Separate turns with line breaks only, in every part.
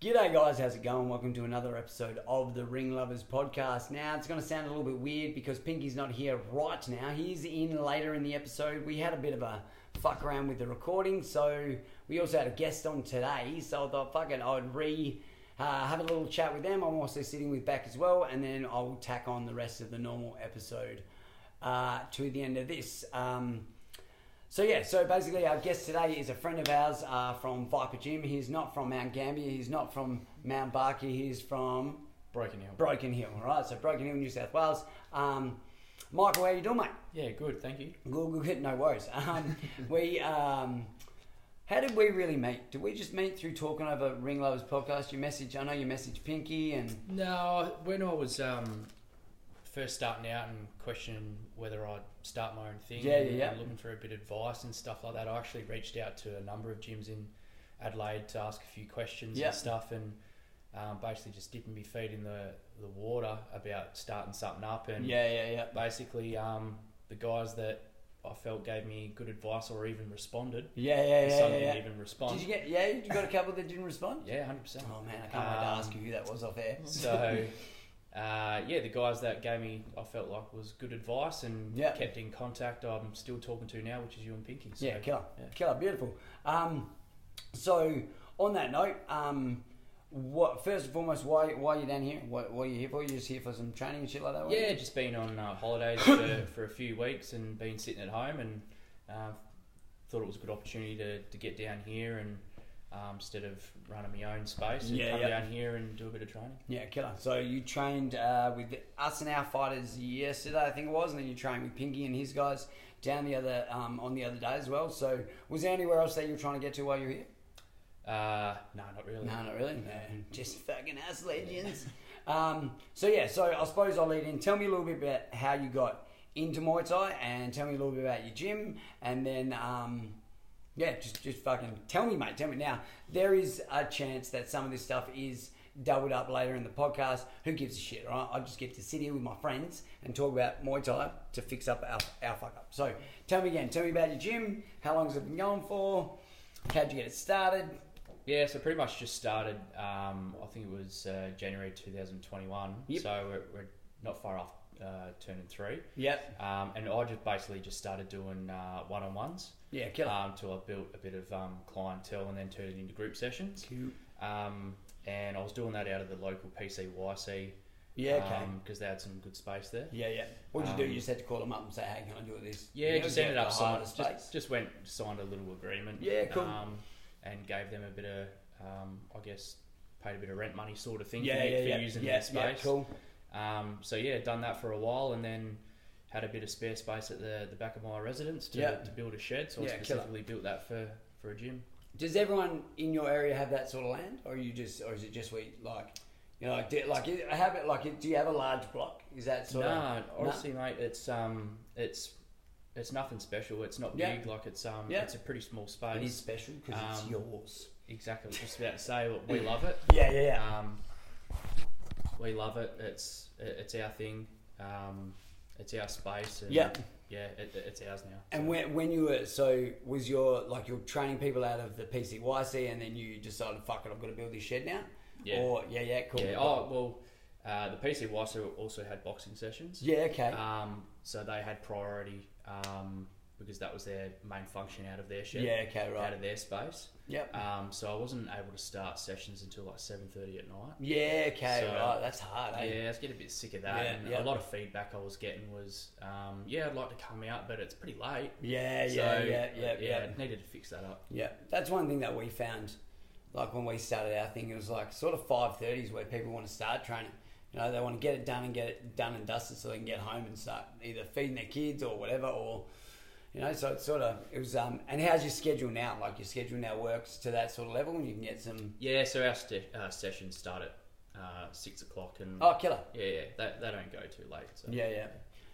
G'day, guys. How's it going? Welcome to another episode of the Ring Lovers podcast. Now, it's going to sound a little bit weird because Pinky's not here right now. He's in later in the episode. We had a bit of a fuck around with the recording, so we also had a guest on today. So I thought, fuck it, I'd re uh, have a little chat with them. I'm also sitting with back as well, and then I'll tack on the rest of the normal episode uh, to the end of this. Um, so yeah, so basically our guest today is a friend of ours uh, from Viper Gym. He's not from Mount Gambier. He's not from Mount Barkey. He's from
Broken Hill.
Broken Hill. All right, so Broken Hill, New South Wales. Um, Michael, how you doing, mate?
Yeah, good. Thank you.
Good, good, good, no worries. Um, we, um, how did we really meet? Did we just meet through talking over Ring Lovers podcast? You message, I know you messaged Pinky, and
No, when I was um, first starting out and questioning whether I'd start my own thing,
Yeah,
and,
yeah, yeah.
and looking for a bit of advice and stuff like that, I actually reached out to a number of gyms in Adelaide to ask a few questions
Yeah.
and stuff, and um, basically just dipping my feet in the the water about starting something up and
yeah, yeah,
basically um, the guys that. I felt gave me good advice or even responded.
yeah, yeah, yeah.
Some
yeah,
didn't
yeah.
even respond.
Did you get? Yeah, you got a couple that didn't respond.
yeah, hundred percent.
Oh man, I can't wait to
Um,
ask you who that was off air.
So, uh, yeah, the guys that gave me, I felt like was good advice and
Yeah.
kept in contact. I'm still talking to now, which is you and Pinky. So.
Yeah, killer,
yeah.
killer, beautiful. Um, so on that note, um, what first and foremost, why why are you down here? What, what are you here for? You just here for some training and shit like that? were you?
Yeah, just been on uh, holidays for, for a few weeks and been sitting at home and uh, thought it was a good opportunity to, to get down here and um, instead of running my own space and
Yeah,
come
yeah.
down here and do a bit of training.
yeah, killer. So you trained uh, with us and our fighters yesterday, I think it was, and then you trained with Pinky and his guys down the other um, on the other day as well. So was there anywhere else that you were trying to get to while you were here?
Uh, no, not really.
No, not really. No, just fucking us legends. um, so yeah, so I suppose I'll lead in. Tell me a little bit about how you got into Muay Thai, and tell me a little bit about your gym, and then um, yeah, just just fucking tell me, mate. Tell me now. There is a chance that some of this stuff is doubled up later in the podcast. Who gives a shit, right? I just get to sit here with my friends and talk about Muay Thai to fix up our, our fuck up. So tell me again. Tell me about your gym. How long has it been going for? How'd you get it started?
Yeah, so pretty much just started. Um, I think it was uh, January 2021.
Yep.
So we're, we're not far off uh, turning three.
Yep.
Um, and I just basically just started doing uh, one on ones
Yeah, killer.
um, till I built a bit of um, clientele and then turned it into group sessions. Um, and I was doing that out of the local PCYC.
Yeah, okay.
Because um, they had some good space there.
yeah, yeah. What'd you do?
um,
You just had to call them up and say, "Hey, can I do this?"
Yeah,
You know,
just
get
ended
the
up signing,
hardest
just,
space.
just went signed a little agreement.
Yeah, cool.
Um, and gave them a bit of, um, I guess, paid a bit of rent money sort of thing
yeah,
for, me-
yeah,
for
yeah.
using
yeah,
their space.
Yeah, cool.
Um, so yeah, done that for a while, and then had a bit of spare space at the, the back of my residence to,
Yeah.
to build a shed. So
Yeah,
I
killer.
specifically built that for, for a gym.
Does everyone in your area have that sort of land, or you just, or is it just we like, you know, do, like I have it? Like, do you have a large block? Is that sort
no,
of
honestly, mate, it's um, it's it's nothing special. It's not
Yeah.
big, like it's um,
Yeah.
it's a pretty small
Nah, it
space.
is special because it's
Um,
yours.
Exactly, I was just about to say what we love it.
Yeah, yeah, yeah.
Um, we love it. It's it- it's our thing. Um, it's our space. And
Yeah.
yeah, it, it's ours now.
And when, when you were so was your like you're training people out of the PCYC, and then you decided, "Fuck it, I've got to build this shed now."
Yeah.
Or yeah, yeah, cool.
Yeah. Oh well, uh, the PC Waso also had boxing sessions.
Yeah, okay.
Um, so they had priority um, because that was their main function out of their shed.
Yeah, okay, right.
Out of their space.
yep.
Um, so I wasn't able to start sessions until like seven thirty at night.
Yeah, okay,
So-
right. That's hard, eh?
Yeah, I was getting a bit sick of that.
Yeah,
and
yeah.
A lot of feedback I was getting was, um, yeah, I'd like to come out, but it's pretty late.
Yeah,
So,
yeah, yeah, yeah, yeah,
I needed to fix that up.
yeah. That's one thing that we found, like when we started our thing, it was like sort of five thirties where people want to start training. You know, they want to get it done and get it done and dusted so they can get home and start either feeding their kids or whatever, or you know. So it's sort of it was. Um, and how's your schedule now? Like your schedule now works to that sort of level, and you can get some.
Yeah, so our st- uh, sessions start at uh, six o'clock, and
Oh, killer.
yeah, yeah, they, they don't go too late. So.
Yeah, yeah.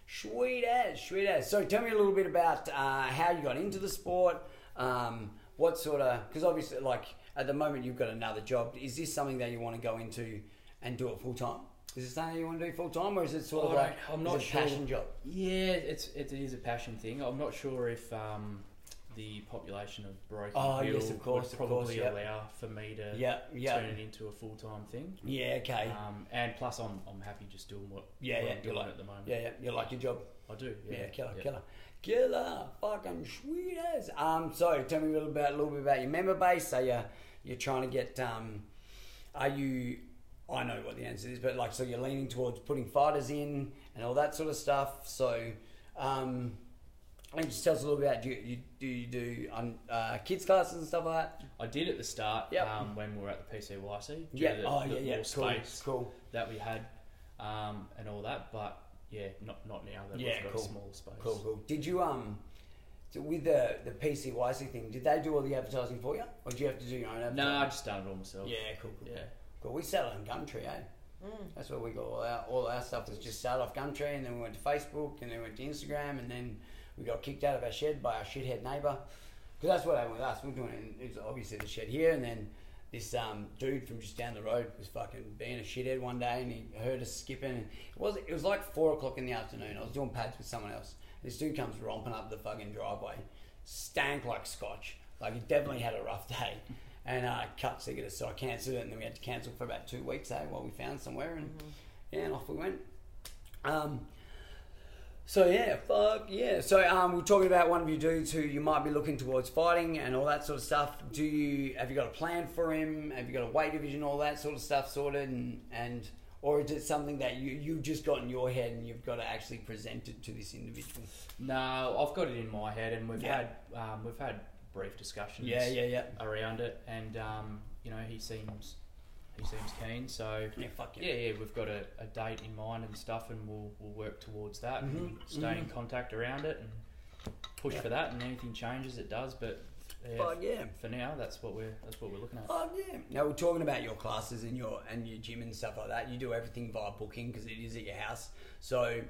Sweet as, sweet as. So tell me a little bit about uh, how you got into the sport. Um, what sort of? Because obviously, like at the moment, you've got another job. Is this something that you want to go into and do it full time? Is this something you want to do full time, or is it sort of
I
like
don't- I'm
is
not
it a
sure.
passion job?
Yeah, it's it is a passion thing. I'm not sure if um, the population of Broken
Oh,
Hill
yes, of course,
would
of course,
probably
yep.
allow for me to
Yeah, yeah.
turn it into a full time thing.
Yeah. Okay.
Um, and plus, I'm I'm happy just doing what,
yeah,
what
yeah.
I'm
You
doing
like
at the moment.
Yeah, yeah. You like your job?
I do. Yeah,
Yeah, killer, killer, killer, fucking sweet as. Um, so tell me a little about a little bit about your member base. So you you're trying to get um, are you? I know what the answer is, but like, so you're leaning towards putting fighters in and all that sort of stuff. So, um, and just tell us a little bit about do you, you do you do um, uh, kids classes and stuff like that?
I did at the start
Yep.
um, when we were at the PCYC. due
Yeah.
to the,
oh
the
yeah, yeah.
more
Cool,
space
cool.
that we had um, and all that, but yeah, not not now that
Yeah,
we've got
cool.
a smaller space.
Cool, cool. Did you um, so with the the PCYC thing, did they do all the advertising for you, or do you have to do your own? advertising?
No, I just done it all myself.
Yeah, cool, cool.
Yeah.
Cool. We sell it on Gumtree, eh? That's where we got all our all our stuff was just started off Gumtree, and then we went to Facebook, and then we went to Instagram, and then we got kicked out of our shed by our shithead neighbour. Because that's what happened with us. We're doing it. in- It's obviously the shed here, and then this um, dude from just down the road was fucking being a shithead one day, and he heard us skipping. And it was it was like four o'clock in the afternoon. I was doing pads with someone else. This dude comes romping up the fucking driveway, stank like scotch. Like he definitely had a rough day, and uh, cut cigarettes. So I cancelled it, and then we had to cancel for about two weeks. Eh, while we found somewhere, and yeah, and off we went. Um, so yeah, fuck yeah. So um, we're talking about one of you dudes who you might be looking towards fighting and all that sort of stuff. Do you have you got a plan for him? Have you got a weight division, all that sort of stuff sorted, and, and or is it something that you you've just got in your head and you've got to actually present it to this individual?
No, I've got it in my head, and we've
Yeah.
had um, we've had brief discussions.
Yeah, yeah, yeah.
around it, and um, you know he seems he seems keen. So
Yeah, fuck yeah.
yeah, yeah, we've got a, a date in mind and stuff, and we'll we'll work towards that
Mm-hmm.
and stay in contact around it and push for that. And anything changes, it does. But yeah,
Fuck yeah.
for now, that's what we're that's what we're looking at.
Oh yeah. Now we're talking about your classes and your and your gym and stuff like that. You do everything via booking because it is at your house. So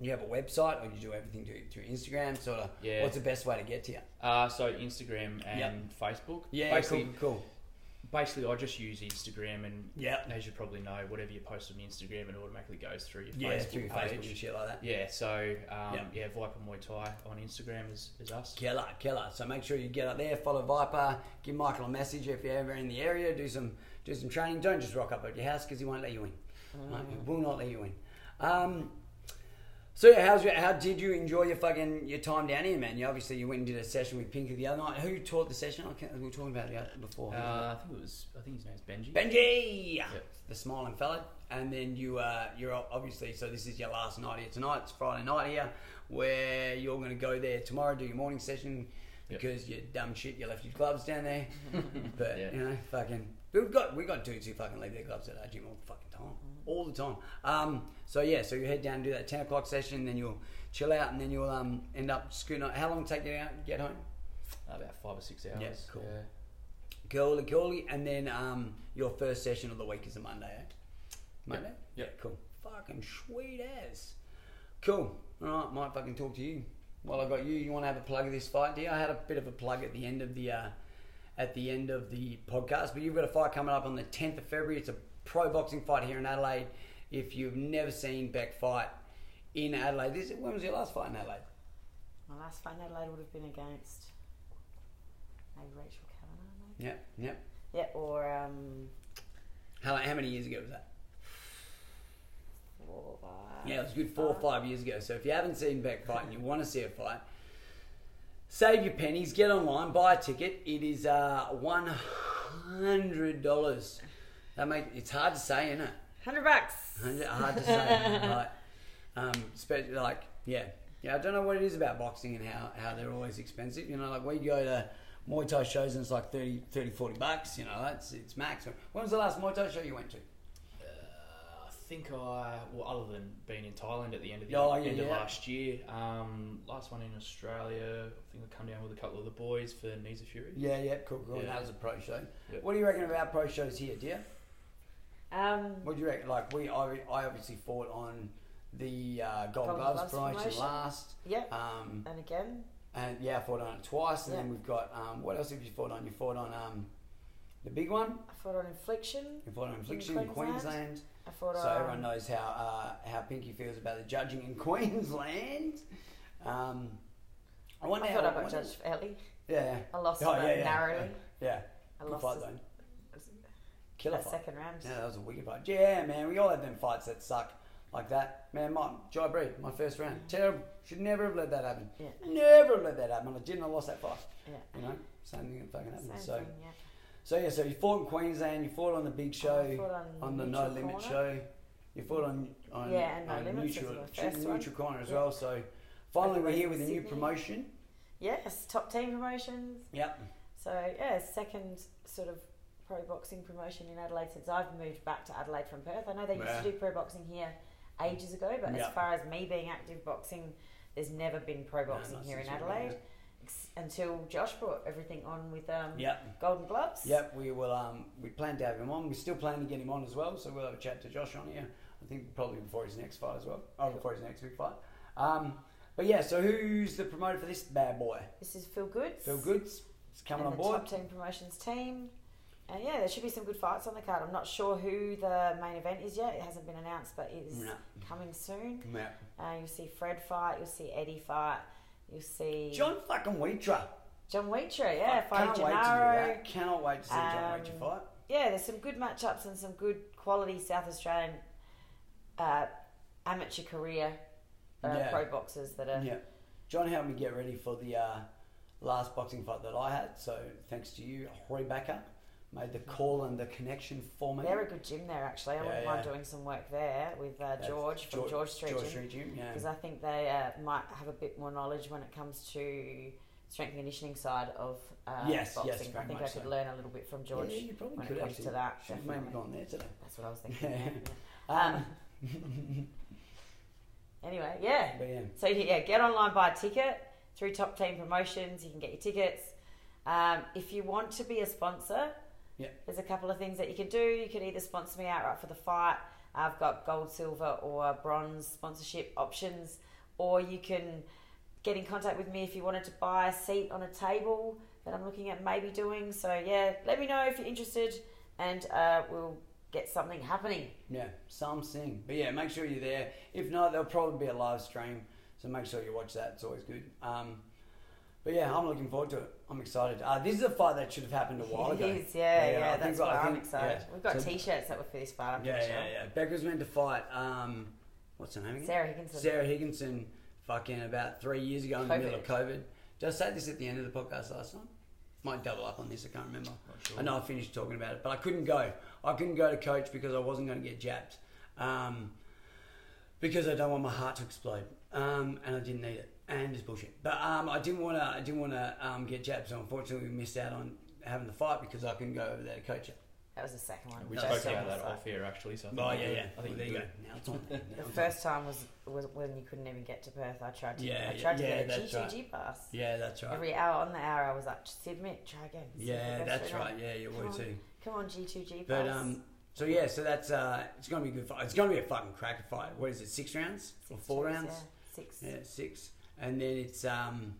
you have a website or you do everything through, through Instagram. Sort of.
Yeah.
What's the best way to get to you?
Uh, so Instagram and
Yep.
Facebook.
Yeah.
basically,
cool. Cool.
basically, I just use Instagram, and
Yep.
as you probably know, whatever you post on Instagram, it automatically goes through your
Yeah,
Facebook
through
page.
Facebook and shit like that.
Yeah, so um,
Yeah.
yeah, Viper Muay Thai on Instagram is, is us.
Killer, killer. So make sure you get up there, follow Viper, give Michael a message if you're ever in the area, do some do some training. Don't just rock up at your house because he won't let you in. Like, he will not let you in. Um, so yeah, how's your, how did you enjoy your fucking your time down here, man? You obviously you went and did a session with Pinky the other night. Who taught the session? I can't, we were talking about it the other- before.
Uh, I think it was. I think his name's Benji.
Benji, the smiling fella. And then you, uh, you're o- obviously. So this is your last night here tonight. It's Friday night here, where you're going to go there tomorrow, do your morning session,
Yep.
because you dumb shit, you left your gloves down there. but
Yeah.
you know, fucking, we've got we got dudes who fucking leave their gloves at our gym all the fucking time, all the time. Um, so yeah, so you head down and do that ten o'clock session, then you'll chill out, and then you'll um end up scooting. How long take you out to get home?
Uh, about five or six hours.
Yeah, cool.
Yeah.
Cool, cool. And then um, your first session of the week is a Monday, eh? Monday?
Yep.
Yeah, Cool. Fucking sweet as. Cool. All right, might fucking talk to you. While I got you, you want to have a plug of this fight, do you? I had a bit of a plug at the end of the uh, at the end of the podcast, but you've got a fight coming up on the 10th of February. It's a pro boxing fight here in Adelaide. If you've never seen Beck fight in Adelaide, this when was your last fight in Adelaide?
My last fight in Adelaide would have been against maybe Rachel Kavanagh, maybe?
Yep, yep.
Yeah, or um,
How, how many years ago was that?
four, five.
Yeah, it was a good four or five years ago. So if you haven't seen Beck fight and you want to see a fight, save your pennies, get online, buy a ticket. It is uh, one hundred dollars. That make it's hard to say, isn't it?
100 bucks.
Hundred- Hard to say, right? Um, especially like yeah, yeah. I don't know what it is about boxing and how how they're always expensive. You know, like we go to Muay Thai shows and it's like 30, 30 40 bucks. You know, that's it's max. When was the last Muay Thai show you went to?
I think I, well, other than being in Thailand at the end of the
Oh, yeah,
end of
yeah.
last year, um, last one in Australia. I think I come down with a couple of the boys for Knees of Fury.
Yeah, yeah, cool, cool.
Yeah.
That was a pro show.
Yeah.
What do you reckon about pro shows here, dear?
Um,
What do you reckon? Like we, I, I obviously fought on the uh, Gold,
Gold
Gloves,
Gloves
promotion,
promotion.
last.
yeah,
Um,
and again,
and yeah, I fought on it twice. And then
Yeah.
we've got um, what else have you fought on? You fought on um, the big one.
I fought on infliction.
You fought on Infliction in
Queensland.
Queensland.
I fought
So
on.
everyone knows how uh, how Pinky feels about the judging in Queensland. Um, I wonder
I
how.
thought
I
about
wonder-
Judge Ellie.
Yeah.
I lost
Oh,
on
yeah,
that
yeah.
narrowly.
Yeah.
I
Good
lost
fight
his-
though.
his-
Killer
that
fight.
second round.
Yeah, that was a wicked fight. Yeah, man, we all had them fights that suck like that. Man, my Jai Bree, my first round, terrible. Should never have let that happen.
Yeah.
Never have let that happen. I didn't. I lost that fight.
Yeah.
You know, same thing that fucking happened.
Same
so,
thing, yeah.
so yeah, so you fought in Queensland. You fought on the big
I fought
show,
on,
on the No
Neutral
Limit
Corner.
show. You fought on on,
Yeah, and No
on
Limits
neutral,
was my first one.
neutral corner as
Yeah.
well. So, finally, we're
Otherwise
here with a
in
new
Sydney.
promotion.
Yes, top team promotions.
Yep.
So yeah, second sort of pro boxing promotion in Adelaide since I've moved back to Adelaide from Perth. I know they used
Yeah.
to do pro boxing here ages ago, but
Yeah.
as far as me being active boxing, there's never been pro
No,
boxing
not
here in
since you've been
Adelaide ex- until Josh brought everything on with um,
Yep.
Golden Gloves.
Yep, we will. Um, we plan to have him on. We still plan to get him on as well, so we'll have a chat to Josh on here. I think probably before his next fight as well, or before his next big fight. Um, but yeah, so who's the promoter for this bad boy?
This is Phil Goods.
Phil Goods is coming
and
on
the
board.
Top team promotions team. And yeah, there should be some good fights on the card. I'm not sure who the main event is yet. It hasn't been announced, but it is
No.
coming soon.
Yeah.
Uh, you'll see Fred fight. You'll see Eddie fight. You'll see
John fucking Weetra.
John Weecher, yeah,
Can't
fighting
wait to do
Gennaro.
that. Cannot wait to see John Weetra
Um,
fight.
Yeah, there's some good matchups and some good quality South Australian uh, amateur career uh,
Yeah.
pro boxers that are.
Yeah. John helped me get ready for the uh, last boxing fight that I had, so thanks to you, Roy Backer, made the call and the connection for me.
They're a good gym there, actually. I
Yeah,
wouldn't mind
yeah.
doing some work there with uh,
That's
George from George, Street
George
Gym.
Street Gym, yeah.
because I think they uh, might have a bit more knowledge when it comes to strength and conditioning side of uh,
Yes, yes,
boxing.
very
I think I
much
could
so.
learn a little bit from George
Yeah, you probably
when
could
it comes
actually.
to that.
Should have maybe
definitely.
gone there today.
That's what I was thinking. yeah,
Um,
yeah. Anyway, yeah.
but yeah,
So yeah, get online, buy a ticket through Top Team Promotions. You can get your tickets. Um, if you want to be a sponsor,
Yeah.
there's a couple of things that you can do. You can either sponsor me outright for the fight. I've got gold, silver, or bronze sponsorship options, or you can get in contact with me if you wanted to buy a seat on a table that I'm looking at maybe doing. So yeah, let me know if you're interested, and uh, we'll get something happening.
yeah, some sing. But yeah, make sure you're there. If not, there'll probably be a live stream, so make sure you watch that. It's always good. Um, but yeah, I'm looking forward to it. I'm excited. Uh, this is a fight that should have happened a while
It
ago.
is, yeah, yeah.
I think-
that's
I
why I'm
think-
excited.
yeah.
We've got
So-
t-shirts that were for this fight. I'm
Yeah,
pretty
yeah,
sure.
yeah. Beck was meant to fight. Um, what's her name again?
Sarah Higginson.
Sarah Higginson. Fucking about three years ago in the middle of
COVID.
COVID. Did I say this at the end of the podcast last time? Might double up on this. I can't remember.
sure.
I know I finished talking about it, but I couldn't go. I couldn't go to coach because I wasn't going to get jabbed. Um, because I don't want my heart to explode, um, and I didn't need it, and it's bullshit. But um, I didn't want to. I didn't want to um, get jabbed, so unfortunately we missed out on having the fight because I couldn't go over there to coach it.
That was the second one.
We
First
spoke
time
about
was
that
like-
off air actually. So I think
Oh
we
yeah,
do.
yeah.
I think
there
we
you go.
do.
Now it's on. Now
The
it's on.
first time was, was when you couldn't even get to Perth. I tried to.
Yeah,
I tried
yeah,
to
yeah,
get a
that's right.
GTG pass.
Yeah, that's right.
Every hour on the hour, I was like, just admit, try again. See if it
yeah,
goes
that's
through now."
right. Yeah, you
Come
would
on.
too.
Come on, G2G pass.
But um, so yeah, so that's uh, it's gonna be a good fight. It's gonna be a fucking cracker fight. What is it? Six rounds or
Six
four
chips,
rounds?
Yeah, six.
Yeah. six. And then it's um,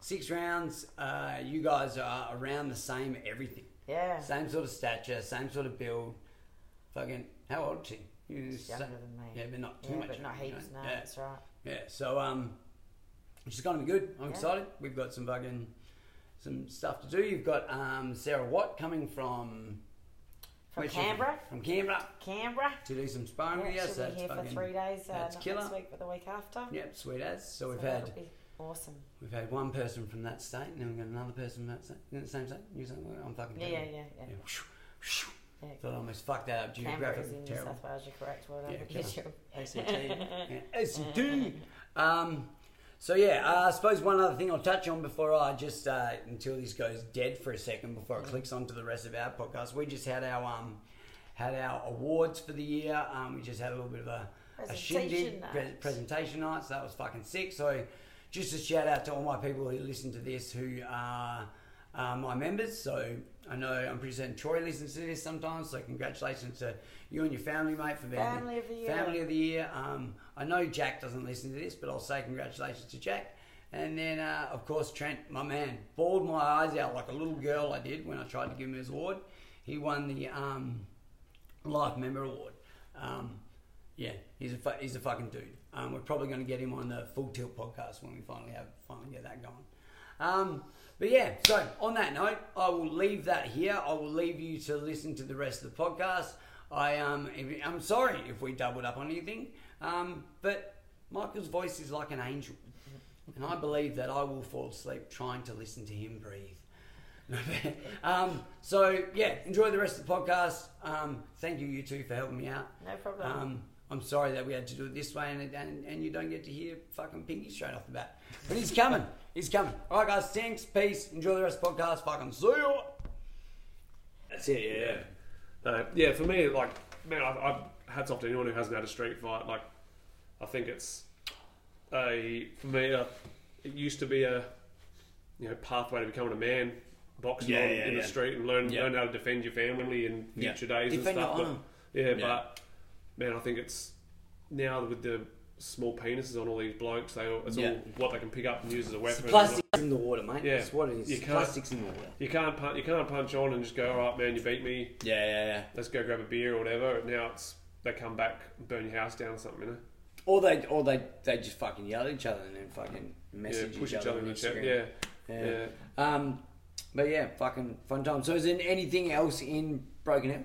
six rounds. Uh, you guys are around the same everything.
Yeah.
Same sort of stature, same sort of build. Fucking how old is she? You
She's younger than me.
yeah, but not too
Yeah,
much.
but not
you know?
heaps. No,
Yeah.
that's right.
Yeah, so um, which is going to be good. I'm
Yeah.
excited. We've got some fucking some stuff to do. You've got um, Sarah Watt coming from
From
where's she
Canberra.
from Canberra
Canberra.
to do some sparring with
Yeah,
us.
she'll
That's
be here for
fucking
three days. Uh,
that's
not
killer.
next week, but the week after.
yep, sweet as. So,
So
we've
that'll
had
be awesome.
we've had one person from that state, and then we've got another person from that state, in the same state. New South Wales. I'm fucking
Yeah, yeah,
terrible.
yeah, yeah.
Yeah, whoosh, whoosh.
yeah.
Thought I almost fucked that up.
Canberra is
Geographically
in New
terrible.
South Wales. You're correct. Well done.
Yeah,
Good
killer.
job.
ACT.
Yeah, SCT. Um, so yeah, uh, I suppose one other thing I'll touch on before I just uh, until this goes dead for a second before it
Mm.
clicks onto the rest of our podcast. We just had our um, had our awards for the year. Um, we just had a little bit of a, a
Presentation
shindig
night.
pre- presentation night, so that was fucking sick. So just a shout out to all my people who listen to this who. Uh,
uh, my members. So I know I'm pretty certain Troy listens to this sometimes. So congratulations to you and your family, mate, for being
Family of the year.
Family of the year. Um, I know Jack doesn't listen to this, but I'll say congratulations to Jack. And then, uh, of course, Trent, my man, bawled my eyes out like a little girl. I did when I tried to give him his award. He won the um, Life Member Award. Um, yeah, he's a fu- he's a fucking dude. Um, we're probably going to get him on the Full Tilt podcast when we finally have finally get that going. Um, but yeah, so on that note, I will leave that here. I will leave you to listen to the rest of the podcast. I um, if- I'm sorry if we doubled up on anything, um, but Michael's voice is like an angel, and I believe that I will fall asleep trying to listen to him breathe. um, so yeah, enjoy the rest of the podcast. Um, thank you, you two, for helping me out.
No problem.
Um, I'm sorry that we had to do it this way, and, and and you don't get to hear fucking Pinky straight off the bat. But he's coming. he's coming. All right, guys. Thanks. Peace. Enjoy the rest of the podcast. Fucking see you.
That's it, yeah. Yeah, uh, yeah for me, like, man, I, I hats off to anyone who hasn't had a street fight. Like, I think it's a, for me, uh it used to be a, you know, pathway to becoming a man, boxing
Yeah,
on,
yeah,
in
yeah.
the street and learn,
Yeah.
learn how to defend your family in
Yeah.
future days
Defend
and
your
stuff.
honour.
But, yeah,
Yeah.
but, man, I think it's now with the small penises on all these blokes, they all, it's
Yeah.
all what they can pick up and use as a weapon.
Plastic's in the water, mate.
Yeah.
That's what it is.
You can't-
Plastic's in the water.
You can't punch, you can't punch on and just go, all right, man, you beat me.
Yeah, yeah, yeah.
let's go grab a beer or whatever. And now it's they come back, and burn your house down or something, you know?
Or they, or they, they just fucking yell at each other and then fucking
Yeah,
message
push
each, other
in
on
the chest.
Instagram.
Yeah.
yeah,
yeah.
Um, but yeah, fucking fun time. So is there anything else in Broken Hill?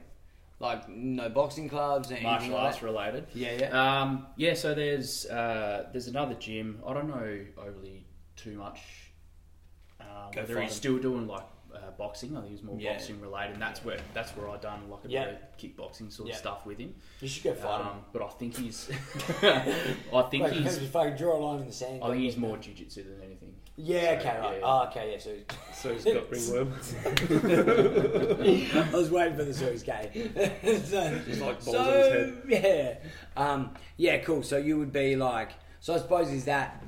Like no boxing clubs and
Martial arts related.
Yeah, yeah.
Um, yeah, so there's uh, there's another gym. I don't know overly too much uh,
Go
whether
find
he's
him.
still doing like uh, boxing. I think it's more
Yeah.
boxing related, and that's where that's where I done like a
Yeah.
bit of kickboxing sort
Yeah.
of stuff with him.
you should go fight
Um, but I think he's I think
Like,
he's
just fucking draw a line in the sand. Oh,
I think he's more jujitsu than anything.
Yeah,
So,
okay, right.
yeah.
Oh, okay, yeah. So
So he's got ringworm.
I was waiting for the so he's gay. so,
He's like balls
so,
on his head.
yeah, um, yeah, cool. So you would be like, so I suppose is that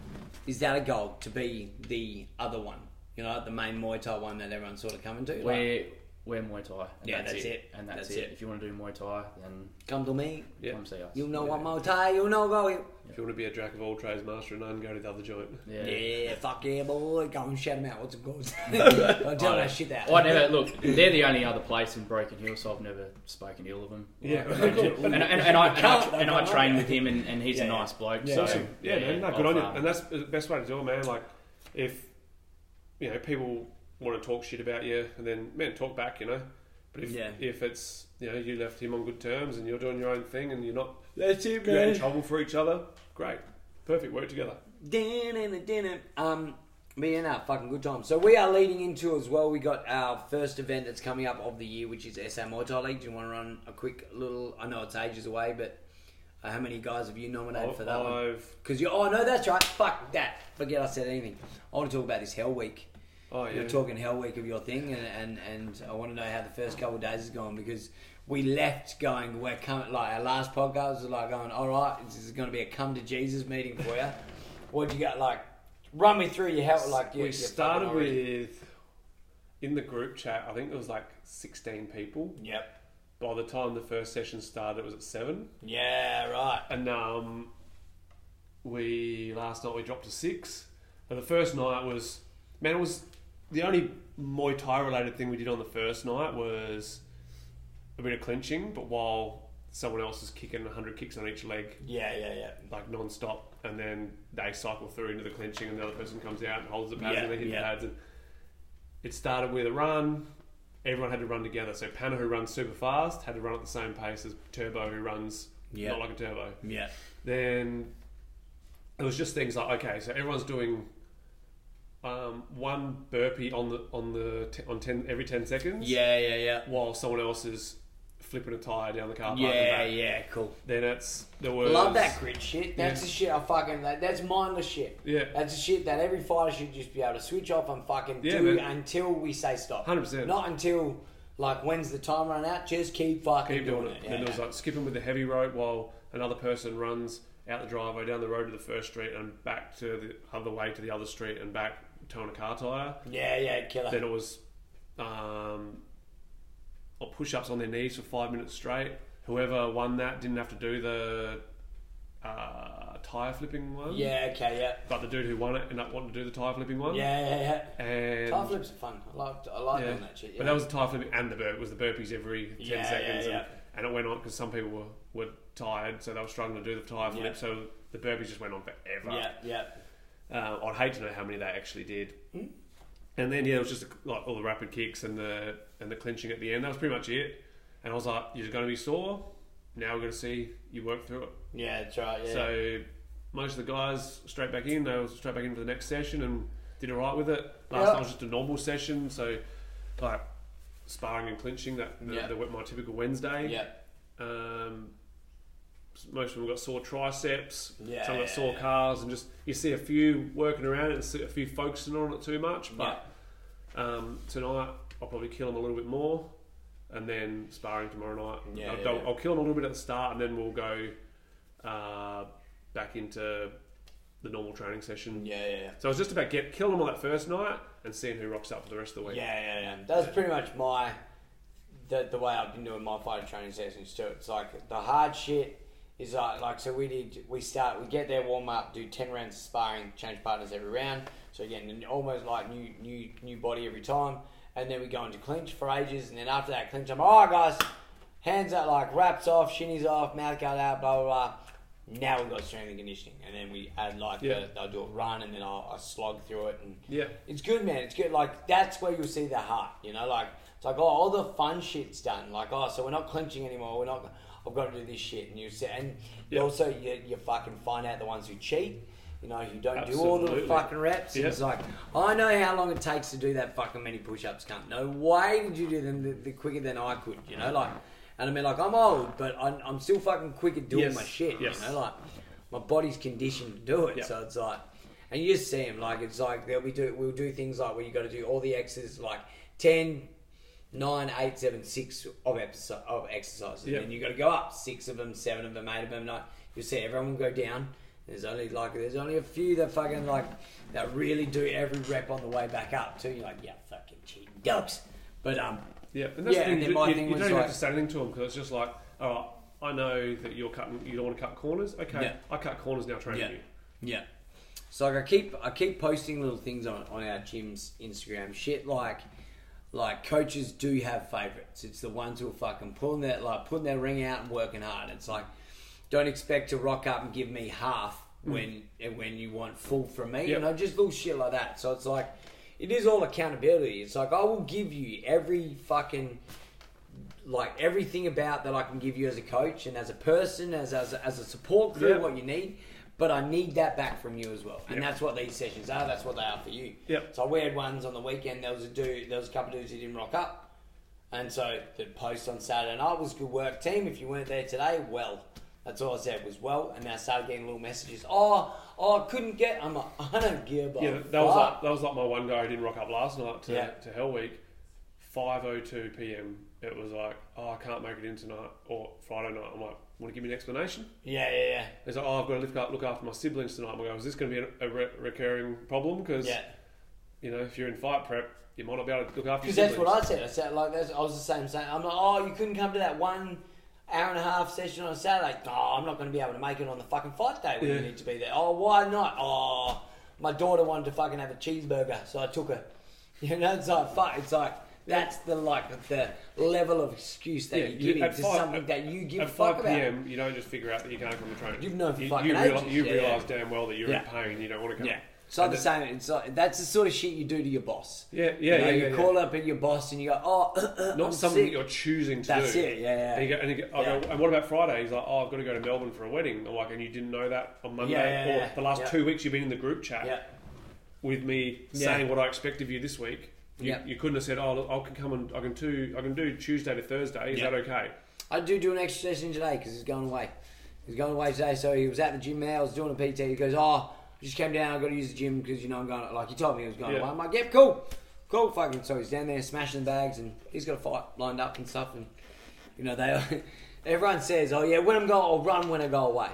is that a goal to be the other one? You know, like the main Muay Thai one that everyone's sort of coming to. Like,
We're we're Muay Thai. And
Yeah,
that's,
that's
it.
it.
And that's,
That's
it.
it.
If you want to do Muay Thai, then
come to me.
Yeah.
come see us.
You'll know
yeah.
what Muay Thai. You'll know about it.
If you want to be a jack of all trades, master of none, go to the other joint.
Yeah.
Yeah. fuck yeah, boy. Go and shout them out. What's it called? Don't tell
I
that
don't-
shit out.
I never look. They're the only other place in Broken Hill, so I've never spoken ill of them.
Yeah.
and, and, and I and I, and I
Can't.
train with him, and, and he's
Yeah.
a nice bloke.
Yeah.
so
Awesome.
Yeah, man, no,
I've,
good on you.
um,
And that's the best way to do it, man. Like, if, you know, people want to talk shit about you, and then, man, talk back, you know? But if,
Yeah.
if it's, you know, you left him on good terms and you're doing your own thing and you're not
That's it,
creating trouble for each other, great. Perfect. Work together.
Din-din-din-din. Um, but yeah, nah, fucking good time. So we are leading into as well. We got our first event that's coming up of the year, which is SA Muay Thai League. Do you want to run a quick little? I know it's ages away, but uh, how many guys have you
Oh,
nominated for that one?
I've,
Because you, oh no, that's right. Fuck that. Forget I said anything. I want to talk about this Hell Week.
oh, yeah.
You're talking Hell Week of your thing, and, and, and I want to know how the first couple of days has gone because we left going. We're coming like our last podcast was like going. All right, this is going to be a come to Jesus meeting for you. what you got? Like, run me through your hell. Like, your,
we
your
started
fucking origin.
with in the group chat. I think there was like sixteen people.
Yep.
By the time the first session started, it was at seven,
Yeah. Right.
and um, we last night we dropped to six. And the first night was man, it was the only Muay Thai related thing we did on the first night was a bit of clinching, but while someone else is kicking hundred kicks on each leg,
Yeah. Yeah. Yeah.
like non-stop and then they cycle through into the clinching and the other person comes out and holds the pads
Yeah,
and they hit
yeah.
the pads and it started with a run everyone had to run together so Panna who runs super fast had to run at the same pace as Turbo who runs
Yeah.
not like a Turbo
Yeah.
then it was just things like okay so everyone's doing um, one burpee on the on the te- on 10 every 10 seconds
Yeah. Yeah. Yeah.
while someone else is flipping a tire down the car park and
Yeah,
back.
yeah, cool.
then it's there was
Love that grid shit. That's
Yeah.
the shit I fucking. That, that's mindless shit.
Yeah.
That's the shit that every fighter should just be able to switch off and fucking
Yeah,
do
man.
until we say stop.
100%.
Not until like when's the time run out. Just keep fucking
keep doing it.
Yeah,
then there was
yeah.
like skipping with the heavy rope while another person runs out the driveway down the road to the first street and back to the other way to the other street and back towing a car tire.
yeah, yeah, killer.
Then it was um, or push ups on their knees for five minutes straight. Whoever won that didn't have to do the uh, tire flipping one.
Yeah, okay, yeah.
But the dude who won it ended up wanting to do the tire flipping one.
Yeah, yeah, yeah.
And
Tire flips are fun. I like I like
yeah.
doing that shit. Yeah.
But that was the tire flipping and the bur- was the burpees every ten
Yeah, yeah,
seconds,
yeah.
And, and it went on because some people were, were tired, so they were struggling to do the tire
Yeah.
flip. So the burpees just went on forever.
yeah, yeah.
Uh, I'd hate to know how many they actually did.
Hmm?
And then yeah, it was just like all the rapid kicks and the and the clinching at the end. That was pretty much it. And I was like, "You're going to be sore. Now we're going to see you work through it."
Yeah, that's right, yeah.
So most of the guys straight back in. They were straight back in for the next session and did all right with it. Last
Yeah.
time was just a normal session, so like sparring and clinching. That the,
Yeah.
the, my typical Wednesday.
yeah.
Um, most of them got sore triceps.
Yeah,
some got
yeah,
sore
yeah.
calves, and just you see a few working around it, and see a few focusing on it too much.
Yeah.
But um, tonight I'll probably kill them a little bit more, and then sparring tomorrow night.
Yeah,
I'll,
yeah,
go-
yeah.
I'll kill them a little bit at the start, and then we'll go uh, back into the normal training session.
Yeah, yeah, yeah.
So it's just about get killing them on that first night and seeing who rocks up for the rest of the week.
Yeah, yeah, yeah. That's pretty much my the, the way I've been doing my fighting training sessions too. It's like the hard shit is like like so we did we start we get there warm up, do ten rounds of sparring, change partners every round. So again, n- almost like new new new body every time, and then we go into clinch for ages, and then after that clinch, I'm all right, guys, hands out like wraps off, shinies off, mouth guard out, blah blah blah. Now we've got strength and conditioning, and then we add like
Yeah.
the, I'll do a run, and then I'll, I'll slog through it, and
Yeah.
it's good, man. It's good. Like that's where you'll see the heart. You know, like it's like oh, all the fun shit's done. Like oh, so we're not clinching anymore. We're not. I've got to do this shit, and you see, and
Yeah.
also you, you fucking find out the ones who cheat. You know, who don't do all the
Absolutely.
fucking reps. And
Yeah.
It's like I know how long it takes to do that fucking many push-ups. Cunt. No way did you do them the, the quicker than I could. You know, like. And I mean, like, I'm old, but I'm, I'm still fucking quick at doing
Yes.
my shit.
Yes.
You know, like, my body's conditioned to do it.
Yeah.
So it's like, and you just see him like it's like they'll be do we'll do things like where you got to do all the X's like 10, 9, 8, 7, 6 of episode of exercises,
Yeah.
and you got to go up six of them, seven of them, eight of them. Nine. You'll see everyone will go down. There's only like there's only a few that fucking like that really do every rep on the way back up too. You're like, yeah, fucking cheating dogs. But um,
Yeah, and that's
Yeah,
the thing.
and then
You,
my
you-
thing
you
was
don't even
like-
have to say anything to them because it's just like, all right, I know that you're cutting. You don't want to cut corners. Okay,
Yeah.
I cut corners now. Training
Yeah.
you.
Yeah. So like I keep I keep posting little things on, on our gym's Instagram. Shit like like coaches do have favourites. It's the ones who are fucking pulling their like putting their ring out and working hard. It's like don't expect to rock up and give me half when and when you want full from me. You
Yep.
know, just little shit like that. So it's like it is all accountability. It's like I will give you every fucking like everything about that I can give you as a coach and as a person, as as, as a support crew,
Yeah.
what you need. But I need that back from you as well, and
Yeah.
that's what these sessions are. That's what they are for you.
Yeah.
So we had ones on the weekend. There was a dude. There was a couple of dudes who didn't rock up, and so the post on Saturday night was good work, team. If you weren't there today, well, that's all I said was well. And I started getting little messages. Oh, oh, I couldn't get. I'm like, I don't give a
Yeah, that was
fuck.
like, that was like my one guy who didn't rock up last night to
Yeah.
to Hell Week. Five oh two p.m. It was like, oh, I can't make it in tonight or Friday night. I'm like, want to give me an explanation?
Yeah, yeah, yeah.
He's like, oh, I've got to look, up, look after my siblings tonight. I'm like, "Oh, is this going to be a, a re- recurring problem? Because
Yeah.
you know, if you're in fight prep, you might not be able to look after your
Because that's
siblings.
what I said. I said like that's, I was the same. Saying I'm like, oh, you couldn't come to that one hour and a half session on a Saturday. Oh, I'm not going to be able to make it on the fucking fight day when
Yeah.
you need to be there. Oh, why not? Oh, my daughter wanted to fucking have a cheeseburger, so I took her. You know, it's like fuck. It's like that's the like the level of excuse that
Yeah,
you're
you-
giving
at
to
five-
something that you give
At
a fuck
five
about.
p.m., you don't just figure out that you can't come to training.
You've known for
you,
fucking
you reali-
ages,
you
yeah,
realize
yeah.
damn well that you're
Yeah.
in pain. You don't want to come.
Yeah. It's like
And
the same. It's like that's the sort of shit you do to your boss.
Yeah, yeah,
You, know,
yeah,
you
yeah,
call up at your boss and you go, "Oh,
not
I'm
something
sick.
that you're choosing to
That's
do.
it, yeah, yeah.
And, you go, and, you go, I
Yeah.
go, and what about Friday? He's like, oh, I've got to go to Melbourne for a wedding. I'm like, and you didn't know that on Monday?
Yeah, yeah,
or
yeah.
the last
Yeah.
two weeks you've been in the group chat
Yeah.
with me
Yeah.
saying what I expect of you this week. You,
Yeah.
you couldn't have said, oh, look, I can come and I can do I can do Tuesday to Thursday. Is
Yeah.
that okay?
I do do an extra session today because he's going away. He's going away today, so he was at the gym now. I was doing a PT. He goes, "Oh, I just came down. I got to use the gym because you know I'm going." Like he told me he was going
Yeah.
away. I'm like, "Yep, cool, cool, fucking." So he's down there smashing bags, and he's got a fight lined up and stuff. And you know they, everyone says, "Oh yeah, when I'm going, I'll run when I go away."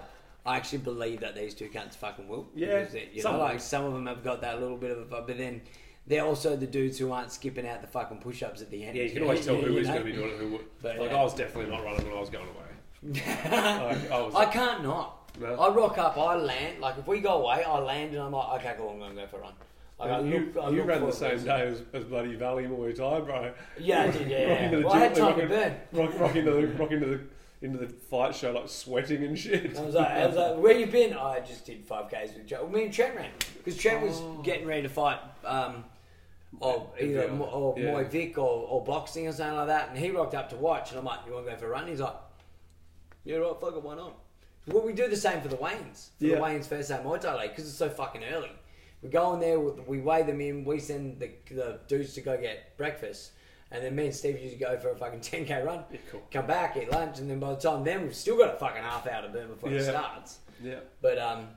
I actually believe that these two cunts fucking will.
Yeah,
Because they- you
some
know,
will.
like some of them have got that little bit of a, but then they're also the dudes who aren't skipping out the fucking push ups at the end.
Yeah, you can always tell who
you
is
know?
going to be doing it. Who would.
But,
like
yeah.
I was definitely not running when I was going away. like, I was.
I can't not.
No.
I rock up, I land. Like if we go away, I land and I'm like, okay, cool, I'm gonna go for a run. Like, I
Like, you
look- I
you
look
ran
for
the
a
same
reason.
day as, as bloody Valley Muay Thai, bro.
Yeah, I did. Yeah,
Rock into
yeah.
the
Well, I had
gym-
time to
rock-
burn.
Rock, rock into the rock into the into the fight show like sweating and shit.
I was like, I was like, where you been? Oh, I just did five k's with Joe. Me and Trent ran because Trent was getting ready to fight, um, or
Oh. Yeah,
either
yeah.
Mo- or
Yeah.
Muay Vic or, or boxing or something like that. And he rocked up to watch, and I'm like, you want to go for a run? He's like, yeah, right, fuck it, why not? Well, we do the same for the Wayans, for
Yeah.
the Wayans first day Muay Thai because it's so fucking early. We go in there, we we weigh them in, we send the, the dudes to go get breakfast. And then me and Steve usually go for a fucking 10k run,
Yeah, cool.
come back, eat lunch, and then by the time then we've still got a fucking half hour to burn before it
Yeah.
starts.
yeah.
But um,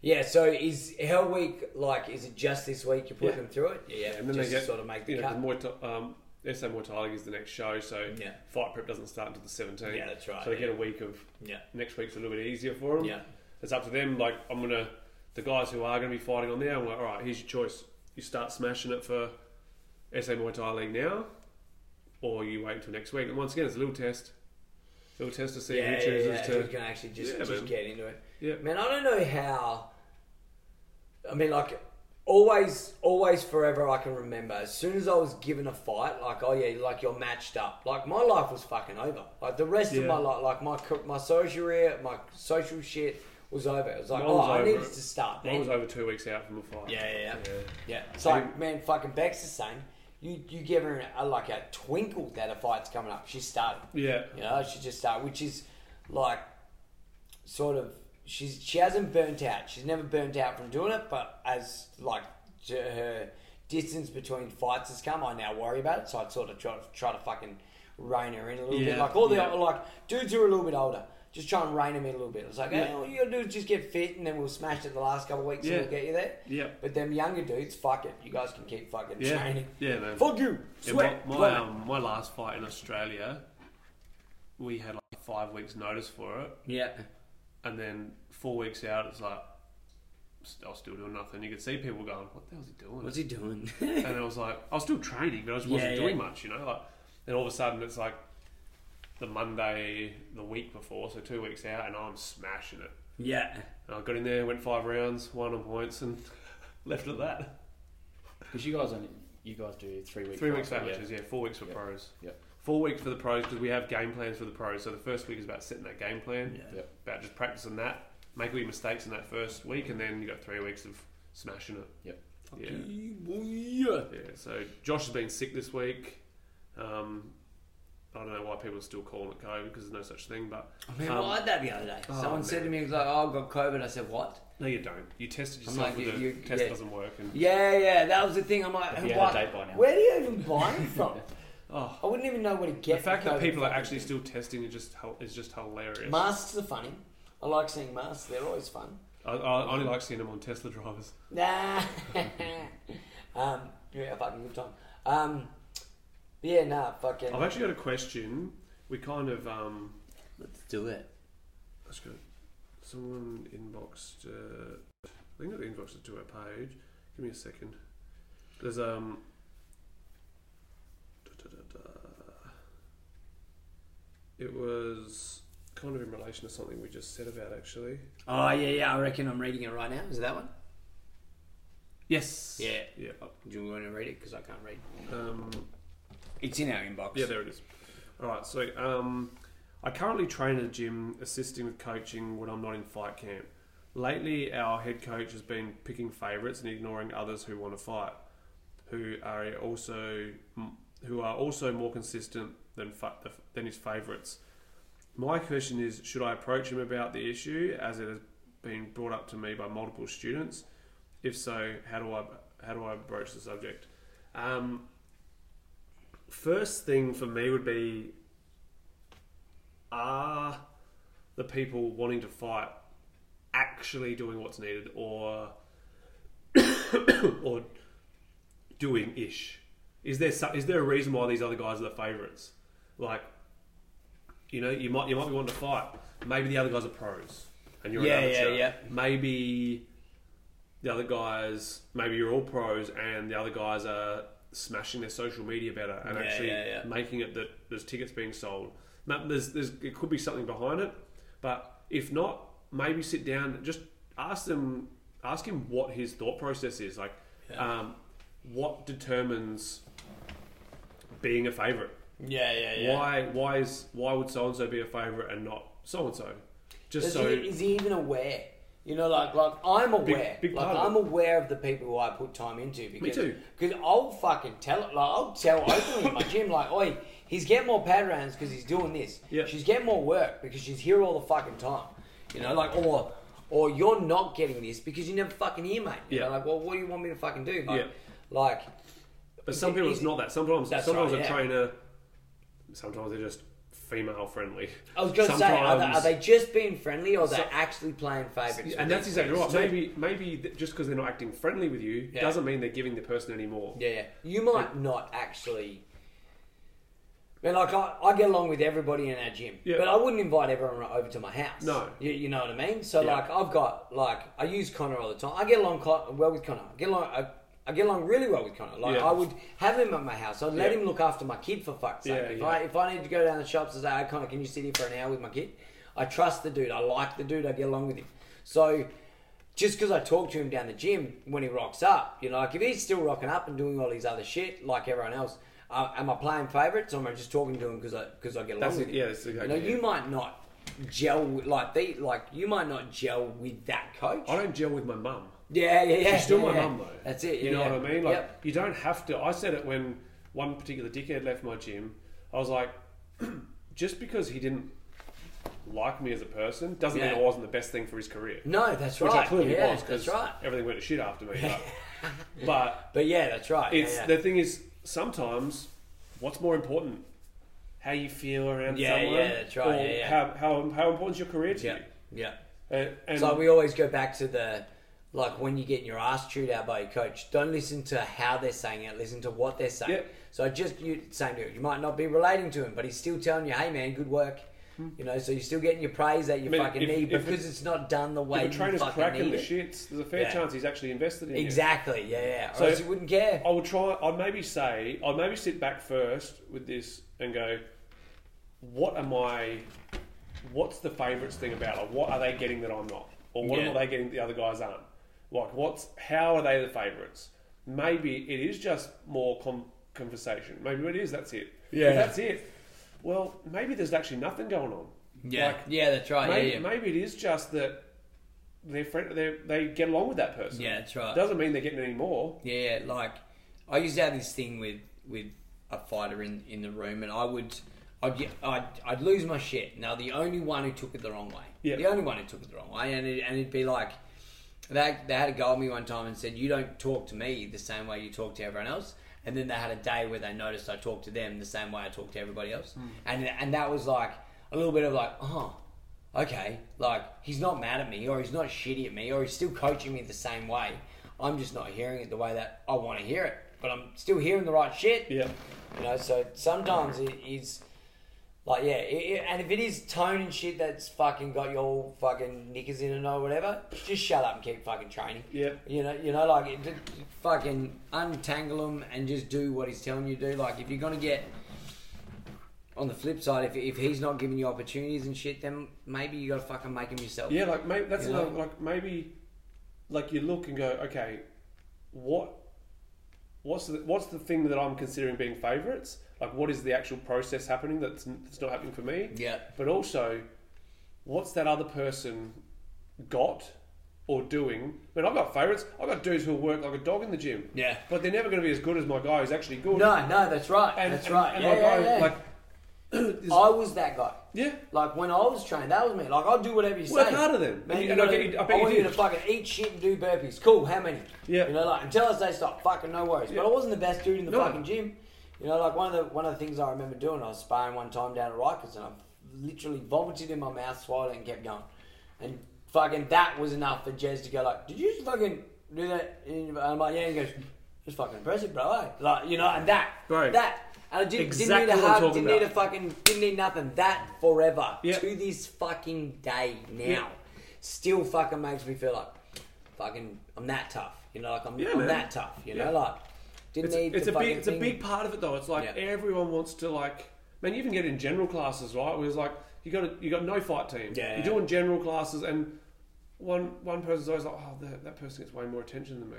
yeah. So is Hell Week like? Is it just this week you put
Yeah.
them through it? Yeah,
And then
just
they get
sort of make
you
the
know,
cut.
'cause Muay Thai- um, SA Muay Thai League is the next show, so
Yeah.
fight prep doesn't start until the seventeenth.
Yeah, that's right,
So they
yeah.
get a week of
Yeah.
next week's a little bit easier for them.
Yeah.
it's up to them. Like I'm gonna the guys who are gonna be fighting on there. I'm like, all right, here's your choice. You start smashing it for SA Muay Thai League now, or you wait until next week. And once again, it's a little test, little test to see
Yeah,
who
yeah,
chooses
yeah.
to.
You can actually just,
Yeah,
just
man.
get into it.
Yeah.
Man, I don't know how. I mean, like, always, always, forever. I can remember as soon as I was given a fight, like, oh yeah, like you're matched up. Like my life was fucking over. Like the rest of
Yeah.
my life, like my co- my social career, my social shit was over. It was like,
Mine
oh,
was
I
over
needed
it.
to start.
Mine
man.
was over two weeks out from the fight.
Yeah, yeah, yeah.
Yeah.
Yeah. It's like, man, fucking Beck's the same. You you give her a, like a twinkle that a fight's coming up. She started.
Yeah.
You know, she just started, which is like sort of she's she hasn't burnt out. She's never burnt out from doing it, but as like j- her distance between fights has come, I now worry about it. So I sort of try to try to fucking rein her in a little bit.
Yeah,
Like all the
yeah.
like dudes who are a little bit older. Just try and rein them in a little bit. It's like, hey,
Yeah.
all you gotta do is just get fit, and then we'll smash it the last couple of weeks,
Yeah.
and we'll get you there.
Yeah.
But them younger dudes, fuck it. You guys can keep fucking
Yeah.
training.
Yeah, man.
Fuck you.
Yeah,
Sweat.
my my,
Fuck.
um, my last fight in Australia, we had like five weeks notice for it,
yeah.
and then four weeks out, it's like I was still doing nothing. You could see people going, "What the hell's he doing?"
What's he doing?
and I was like, I was still training, but I just wasn't
Yeah,
doing
yeah.
much, you know. Like, then all of a sudden, it's like the Monday the week before, so two weeks out, and I'm smashing it.
yeah.
And I got in there, went five rounds, won on points, and left it at that.
Because you guys only, you guys do three weeks.
Three weeks for amateurs, yeah. Four weeks for pros.
Yep.
Four weeks for the pros because we have game plans for the pros. So the first week is about setting that game plan,
Yep.
about just practicing that, make all your mistakes in that first week, and then you got three weeks of smashing it.
Yep.
Yeah.
Yeah.
Yeah. So Josh has been sick this week. Um, I don't know why people are still calling it COVID because there's no such thing, but
Man,
Um,
I had that the other day.
oh,
Someone said to me, he was like, oh, I've got COVID. I said, what?
no, you don't. You tested
I'm
yourself
like,
with
you-
the
you-
test
yeah.
doesn't work, and
Yeah, yeah. That was the thing. I'm like,
If you
what?
had a date by now.
Where do you even buy them from?
Oh.
I wouldn't even know where to
the
get
fact that
COVID
people are
fucking
actually
thing.
still testing is just hel- is just hilarious.
Masks are funny. I like seeing masks. They're always fun.
I, I only like seeing them on Tesla drivers.
Nah. um, yeah, fucking good time. Um, yeah, nah, fucking.
I've actually got a question. We kind of um,
Let's do it.
That's good. Someone inboxed. Uh, I think not inboxed it to our page. Give me a second. There's um. da, da, da, da. It was kind of in relation to something we just said about actually.
Oh yeah, yeah. I reckon I'm reading it right now. Is it that one?
Yes.
Yeah.
Yeah. uh,
Do you want to read it? Because I can't read.
Um,
It's in our inbox.
yeah, there it is. All right. So um, I currently train at a gym, assisting with coaching when I'm not in fight camp. Lately, our head coach has been picking favourites and ignoring others who want to fight, who are also who are also more consistent than fa- than his favourites. My question is, should I approach him about the issue as it has been brought up to me by multiple students? If so, how do I how do I broach the subject? Um, first thing for me would be, are the people wanting to fight actually doing what's needed, or or doing ish? Is there so- is there a reason why these other guys are the favourites? Like, you know, you might you might be wanting to fight. Maybe the other guys are pros, and you're
Yeah,
an
yeah,
amateur.
yeah.
Maybe the other guys maybe you're all pros and the other guys are smashing their social media better and
Yeah,
actually
yeah, yeah.
making it that there's tickets being sold. Now, there's, there's it could be something behind it, but if not, maybe sit down just ask them ask him what his thought process is like. Um, what determines being a favorite?
Yeah, yeah,
Why why is why would so and so be a favorite and not so and so? Just
Does
so
he, is he even aware? You know, like like I'm aware.
big
like
part of
I'm
it.
aware of the people who I put time into. Because,
too.
Because I'll fucking tell it. Like I'll tell openly in my gym, like, oi, he's getting more pad rounds because he's doing this.
Yeah.
She's getting more work because she's here all the fucking time. You know, like or or you're not getting this because you're never fucking here, mate. You
Yeah.
know, like, well, what do you want me to fucking do? Like,
Yeah.
Like,
But some people it's not that. Sometimes
That's
sometimes
right,
a
yeah.
trainer sometimes they're just female friendly.
I was going to say, are they, are
Sometimes-
they just being friendly or are they
So-
actually playing favourites? with
and that's
these
exactly right.
things too?
Maybe maybe th- just because they're not acting friendly with you
Yeah.
doesn't mean they're giving the person any more.
Yeah, yeah. you might not actually. I mean, like I, I get along with everybody in our gym,
Yeah.
but I wouldn't invite everyone over to my house.
No.
you, you know what I mean. So
Yeah.
like I've got like I use Connor all the time. I get along co- well with Connor. I get along. I, I get along really well with Connor. Like
Yeah.
I would have him at my house. I'd let
Yeah.
him look after my kid for fuck's sake.
Yeah,
if
yeah.
I if I need to go down the shops and say, "Hey, Connor, can you sit here for an hour with my kid?" I trust the dude. I like the dude. I get along with him. So just because I talk to him down the gym when he rocks up, you know, like if he's still rocking up and doing all his other shit like everyone else, uh, am I playing favourites or am I just talking to him because I because I get along
That's
with
it,
him?
yeah, that's exactly
You know,
it.
you might not gel with, like they like you might not gel with that coach.
I don't gel with my mum.
Yeah, yeah, yeah.
She's still
yeah,
my
yeah.
mum though.
That's it.
You know
yeah.
what I mean? Like
Yep.
you don't have to. I said it when one particular dickhead left my gym. I was like, just because he didn't like me as a person doesn't
Yeah.
mean it wasn't the best thing for his career.
no, that's
Which
right.
I clearly
yeah,
was because
that's right.
everything went to shit after me. But, but
But yeah, that's right. Yeah,
it's
yeah.
the thing is sometimes what's more important, how you feel around
Yeah,
someone,
yeah, that's right,
or
yeah, yeah.
how how how important's your career to
yeah,
you.
yeah.
And, and
So we always go back to the like when you're getting your ass chewed out by your coach, don't listen to how they're saying it, listen to what they're saying.
Yep.
So just you same deal. You might not be relating to him, but he's still telling you, Hey man, good work. You know, so you're still getting your praise that you
Hmm. I mean,
fucking
if-
need
if
because
it-
it's not done the way
if a
you
trainer's
fucking
cracking
need
the
it.
shits, there's a fair
Yeah.
chance he's actually invested in you.
Exactly, yeah, yeah. Or
So-
else you wouldn't care.
I would try. I'd maybe say. I'd maybe sit back first with this and go, "What am I? What's the favourites thing about? Like, what are they getting that I'm not, or what
Yeah.
are they getting that the other guys aren't? Like, what's how are they the favourites? Maybe it is just more com- conversation. Maybe it is. That's it.
Yeah.
if that's it. Well, maybe there's actually nothing going on.
Yeah.
Like,
Oh, yeah, that's right.
maybe,
yeah, yeah.
maybe it is just that they're friend. They they get along with that person.
Yeah, that's right.
Doesn't mean they're getting any more.
Yeah, like I used to have this thing with with a fighter in in the room, and I would I'd get, I'd, I'd lose my shit. Now the only one who took it the wrong way,
Yeah.
the only one who took it the wrong way, and it, and it'd be like they they had a go at me one time and said you don't talk to me the same way you talk to everyone else. And then they had a day where they noticed I talked to them the same way I talked to everybody else, and and that was like a little bit of like oh. Okay, like he's not mad at me, or he's not shitty at me, or he's still coaching me the same way. I'm just not hearing it the way that I want to hear it, but I'm still hearing the right shit.
Yeah.
You know, so sometimes it is like, yeah, it, it- and if it is tone and shit that's fucking got your all fucking knickers in it or whatever, just shut up and keep fucking training.
Yeah.
You know, you know, like it, just fucking untangle him and just do what he's telling you to do. Like if you're gonna get on the flip side, if, if he's not giving you opportunities and shit, then maybe you gotta fucking make him yourself.
Yeah, like maybe that's
You know?
another, like maybe like you look and go, okay, what what's the what's the thing that I'm considering being favourites? Like, what is the actual process happening that's, that's not happening for me?
Yeah.
But also, what's that other person got or doing? I mean, I've got favourites. I've got dudes who'll work like a dog in the gym.
Yeah.
But they're never going to be as good as my guy who's actually good.
No, no, that's right.
And,
that's
and-
right.
And
yeah,
my
yeah,
guy,
yeah.
like,
I was that guy.
yeah.
Like when I was training, that was me. Like I'll do whatever you say.
Work harder then.
Man,
You-
you
and I
gotta,
get- I
I,
bet you
want you
did.
to fucking eat shit and do burpees. Cool. How many?
Yeah.
You know, like until I say stop. Fucking no worries.
Yeah.
But I wasn't the best dude in the
No.
fucking gym. You know, like one of the one of the things I remember doing, I was sparring one time down at Rikers, and I literally vomited in my mouth, swallowed it, and kept going. And fucking that was enough for Jez to go like, "Did you just fucking do that?" And I'm like, "Yeah." He goes, "It's fucking impressive, bro." eh?" Like you know, and that,
Right.
that, and I didn't,
Exactly
didn't
what
need
I'm
a hug,
talking
didn't
about.
need a fucking didn't need nothing. That forever
Yeah.
to this fucking day now
Yeah.
still fucking makes me feel like fucking I'm that tough. You know, like I'm,
Yeah,
I'm
man.
that tough. You know,
Yeah.
like didn't
It's,
need
it's
the
a
fucking
big, it's a
thing.
big part of it though. It's like
Yeah.
everyone wants to like, man. You even get in general classes, right? Where it's like you got a, you got no fight team.
Yeah.
You're doing general classes, and one one person's always like, oh, that, that person gets way more attention than me.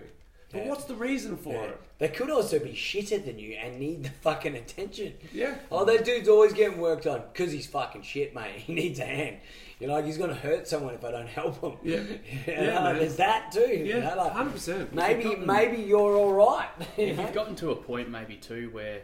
But
Yeah.
what's the reason for
Yeah.
it?
They could also be shitter than you and need the fucking attention.
Yeah.
Oh, that dude's always getting worked on because he's fucking shit, mate. He needs a hand. You know, like he's gonna hurt someone if I don't help him.
Yeah.
You
Yeah,
know,
man.
there's that too. you know,
Yeah,
like,
hundred percent.
Maybe, maybe you're all right. you
if
know?
you've gotten to a point maybe too where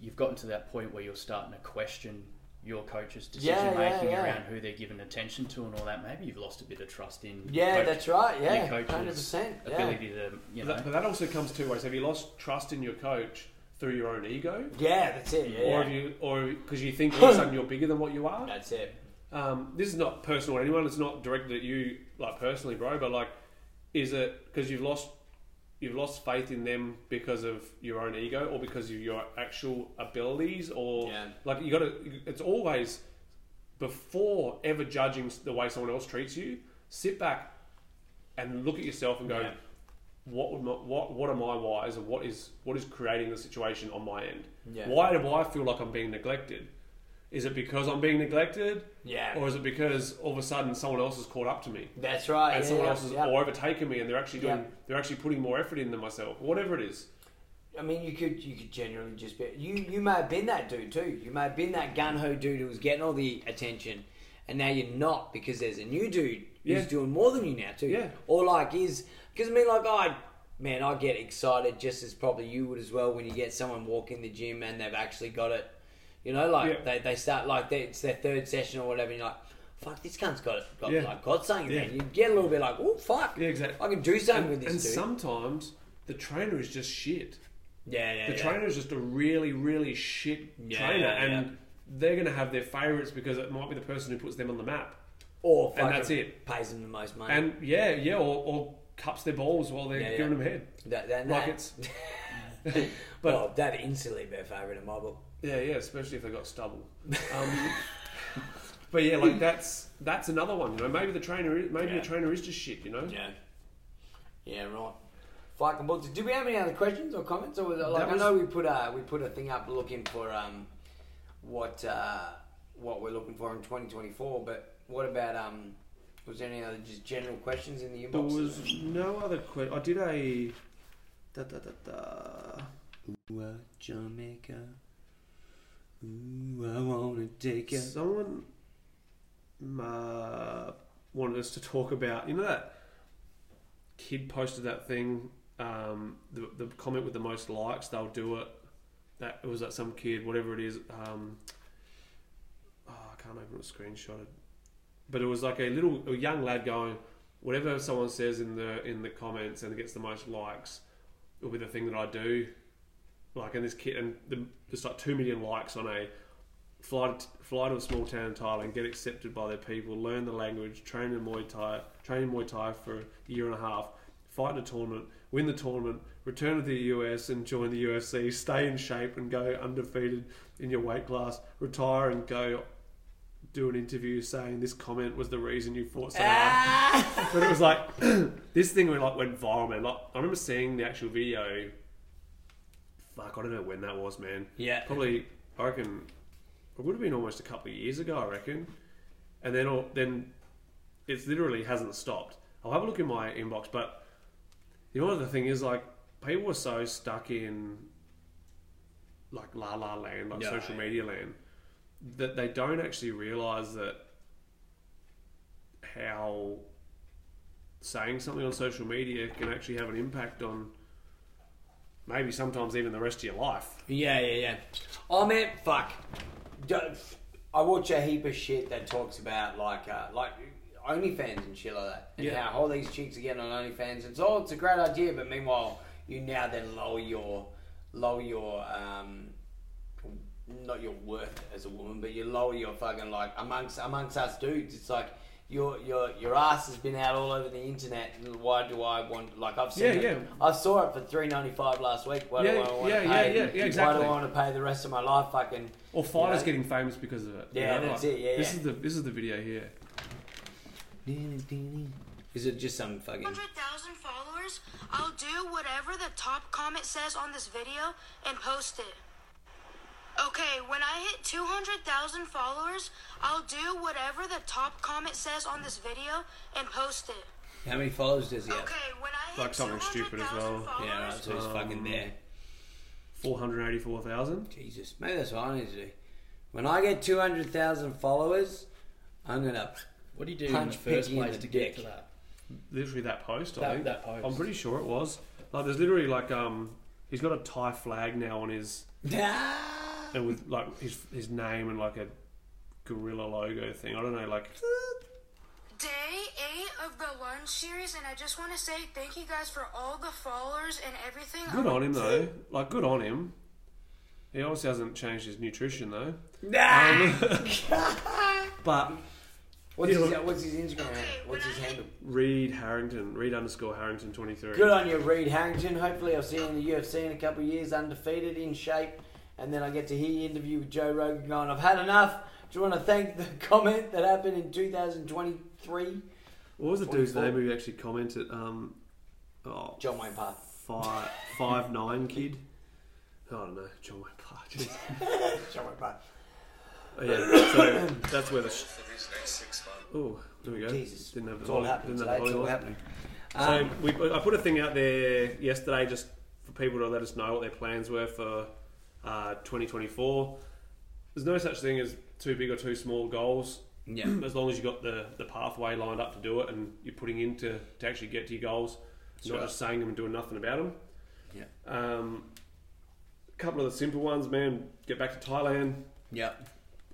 you've gotten to that point where you're starting to question your coach's
Yeah,
decision
yeah,
making
yeah.
around who they're giving attention to and all that, maybe you've lost a bit of trust in your
yeah,
coach-
that's right.
your
Yeah,
coach's
hundred percent. Yeah,
ability to you
But that,
know
but that also comes two ways. Have you lost trust in your coach through your own ego,
yeah, that's it. Yeah,
or
yeah.
have you, or because you think all of a sudden you're bigger than what you are?
that's it.
um, this is not personal to anyone. It's not directed at you, like personally, bro. But like, is it because you've lost you've lost faith in them because of your own ego, or because of your actual abilities, or
Yeah.
like you got to? It's always before ever judging the way someone else treats you. Sit back and look at yourself and go,
Yeah.
what would my, what what are my whys, and what is what is creating the situation on my end?
Yeah.
Why do I feel like I'm being neglected? Is it because I'm being neglected?
Yeah.
Or is it because all of a sudden someone else has caught up to me
That's right.
and
yeah,
someone
yeah,
else has
yeah.
or overtaken me and they're actually doing
Yeah.
they're actually putting more effort in than myself, whatever it is.
I mean, you could you could generally just be you. You may have been that dude too. You may have been that gun ho dude who was getting all the attention, and now you're not because there's a new dude
Yeah.
who's doing more than you now too.
Yeah.
Or like is because I mean like I man I get excited just as probably you would as well when you get someone walking the gym and they've actually got it. You know, like
Yeah.
they, they start like they, it's their third session or whatever. and You're like, fuck, this cunt's got it. Got,
Yeah.
Like got something.
Yeah.
Man. You get a little bit like, oh fuck,
Yeah, exactly.
I can do something
And,
with this
and
dude.
sometimes the trainer is just shit.
yeah, yeah.
The
yeah.
trainer is just a really, really shit
Yeah,
trainer
yeah,
and
yeah.
they're gonna have their favourites because it might be the person who puts them on the map.
or
And
fucking
that's it.
Pays them the most money.
And yeah, yeah, or, or cups their balls while they're
Yeah, yeah.
giving them head.
that, that,
Like
that-
it's
but oh, that instantly be a favourite in my book.
Yeah, yeah, especially if they got stubble. Um, but yeah, like that's that's another one. You know, maybe the trainer, is, maybe
Yeah.
the trainer is just shit. You know,
Yeah, yeah, right. Fucking books. Did we have any other questions or comments? Or was it like
was-
I know we put a we put a thing up looking for um what uh what we're looking for in 2024. But what about um was there any other just general questions in the
there
inbox?
was no other question. I did a da da da da.
Ooh, Jamaica. Ooh, I wanna take ya.
Someone uh, wanted us to talk about. You know that kid posted that thing. Um, the, the comment with the most likes, they'll do it. That it was that some kid, whatever it is. Um, oh, I can't open a screenshot. it. But it was like a little a young lad going, whatever someone says in the in the comments and gets the most likes, will be the thing that I do. Like and this kid and the, there's like two million likes on a fly to, fly to a small town in Thailand, get accepted by their people, learn the language, train in Muay Thai, train in Muay Thai for a year and a half, fight in a tournament, win the tournament, return to the US and join the UFC, stay in shape and go undefeated in your weight class, retire and go do an interview saying this comment was the reason you fought so hard. but it was like this thing went like went viral, man. Like I remember seeing the actual video. Fuck, I don't know when that was, man.
Yeah.
probably. I reckon it would have been almost a couple of years ago, I reckon. And then, all, then it's literally hasn't stopped. I'll have a look in my inbox, but the other thing is like people are so stuck in like la la land, like
Yeah.
social media land, that they don't actually realize that how saying something on social media can actually have an impact on maybe sometimes even the rest of your life.
Yeah, yeah, yeah. Oh man, fuck. Don't- I watch a heap of shit that talks about like uh, like OnlyFans and shit like that, and
Yeah.
how all these chicks are getting on OnlyFans. It's all it's a great idea, but meanwhile you now then lower your lower your um not your worth as a woman, but you lower your fucking like amongst amongst us dudes. It's like. Your, your your ass has been out all over the internet. Why do I want like I've seen
Yeah,
it.
yeah.
I saw it for three ninety five last week. Why
Yeah,
do I want
yeah,
to
yeah,
pay?
yeah, yeah,
Why
exactly.
do I want to pay the rest of my life? Fucking
Or fighters
Yeah.
getting famous because of it.
Yeah, that's it, yeah,
This
yeah.
is the this is the video here.
is Is it just some fucking?
100,000 followers, I'll do whatever the top comment says on this video and post it. Okay, when I hit 200,000 followers, I'll do whatever the top comment says on this video and post it.
How many followers does he have?
Okay, when I hit
Like something stupid as
200,000
well.
Yeah, right,
followers,
so he's
Um,
fucking there.
484,000.
Jesus, maybe that's what I need to do. When I get two hundred thousand followers, I'm gonna.
What do you do in
Punch
the first
Piggy in
place
the
to get
dick.
to that?
Literally that post, I
That-
think.
that post.
I'm pretty sure it was. Like, there's literally like, um, he's got a Thai flag now on his, and with like his, his name and like a gorilla logo thing. I don't know, like,
day eight of the lunch series, and I just want to say thank you guys for all the followers and everything.
good on him though. Like, good on him. He obviously hasn't changed his nutrition though. Um, but
What's his, what's his Instagram?
Okay,
What's
when
his
I-
handle?
Reed Harrington, Reed underscore Harrington 23.
Good on you, Reed Harrington. Hopefully, I'll see you in the UFC in a couple of years, undefeated, in shape, and then I get to hear you interview with Joe Rogan. Going, I've had enough. Do you want to thank the comment that happened in 2023?
What was the dude's
24?
name who actually commented? Um, oh,
John Wayne Path.
five five nine kid. I don't know, John Wayne Park. Oh,
John Wayne Path.
yeah, so that's where the. Sh-
for these next six months.
oh, there we go.
Jesus,
Didn't have the
it's all
volume-
happening
didn't
today.
have the
It's all Um,
volume.
happening.
So we, I put a thing out there yesterday just for people to let us know what their plans were for uh, 2024. There's no such thing as too big or too small goals.
Yeah.
as long as you've got the, the pathway lined up to do it and you're putting in to, to actually get to your goals, not
right.
just saying them and doing nothing about them.
Yeah.
Um, a couple of the simple ones, man. Get back to Thailand.
Yep.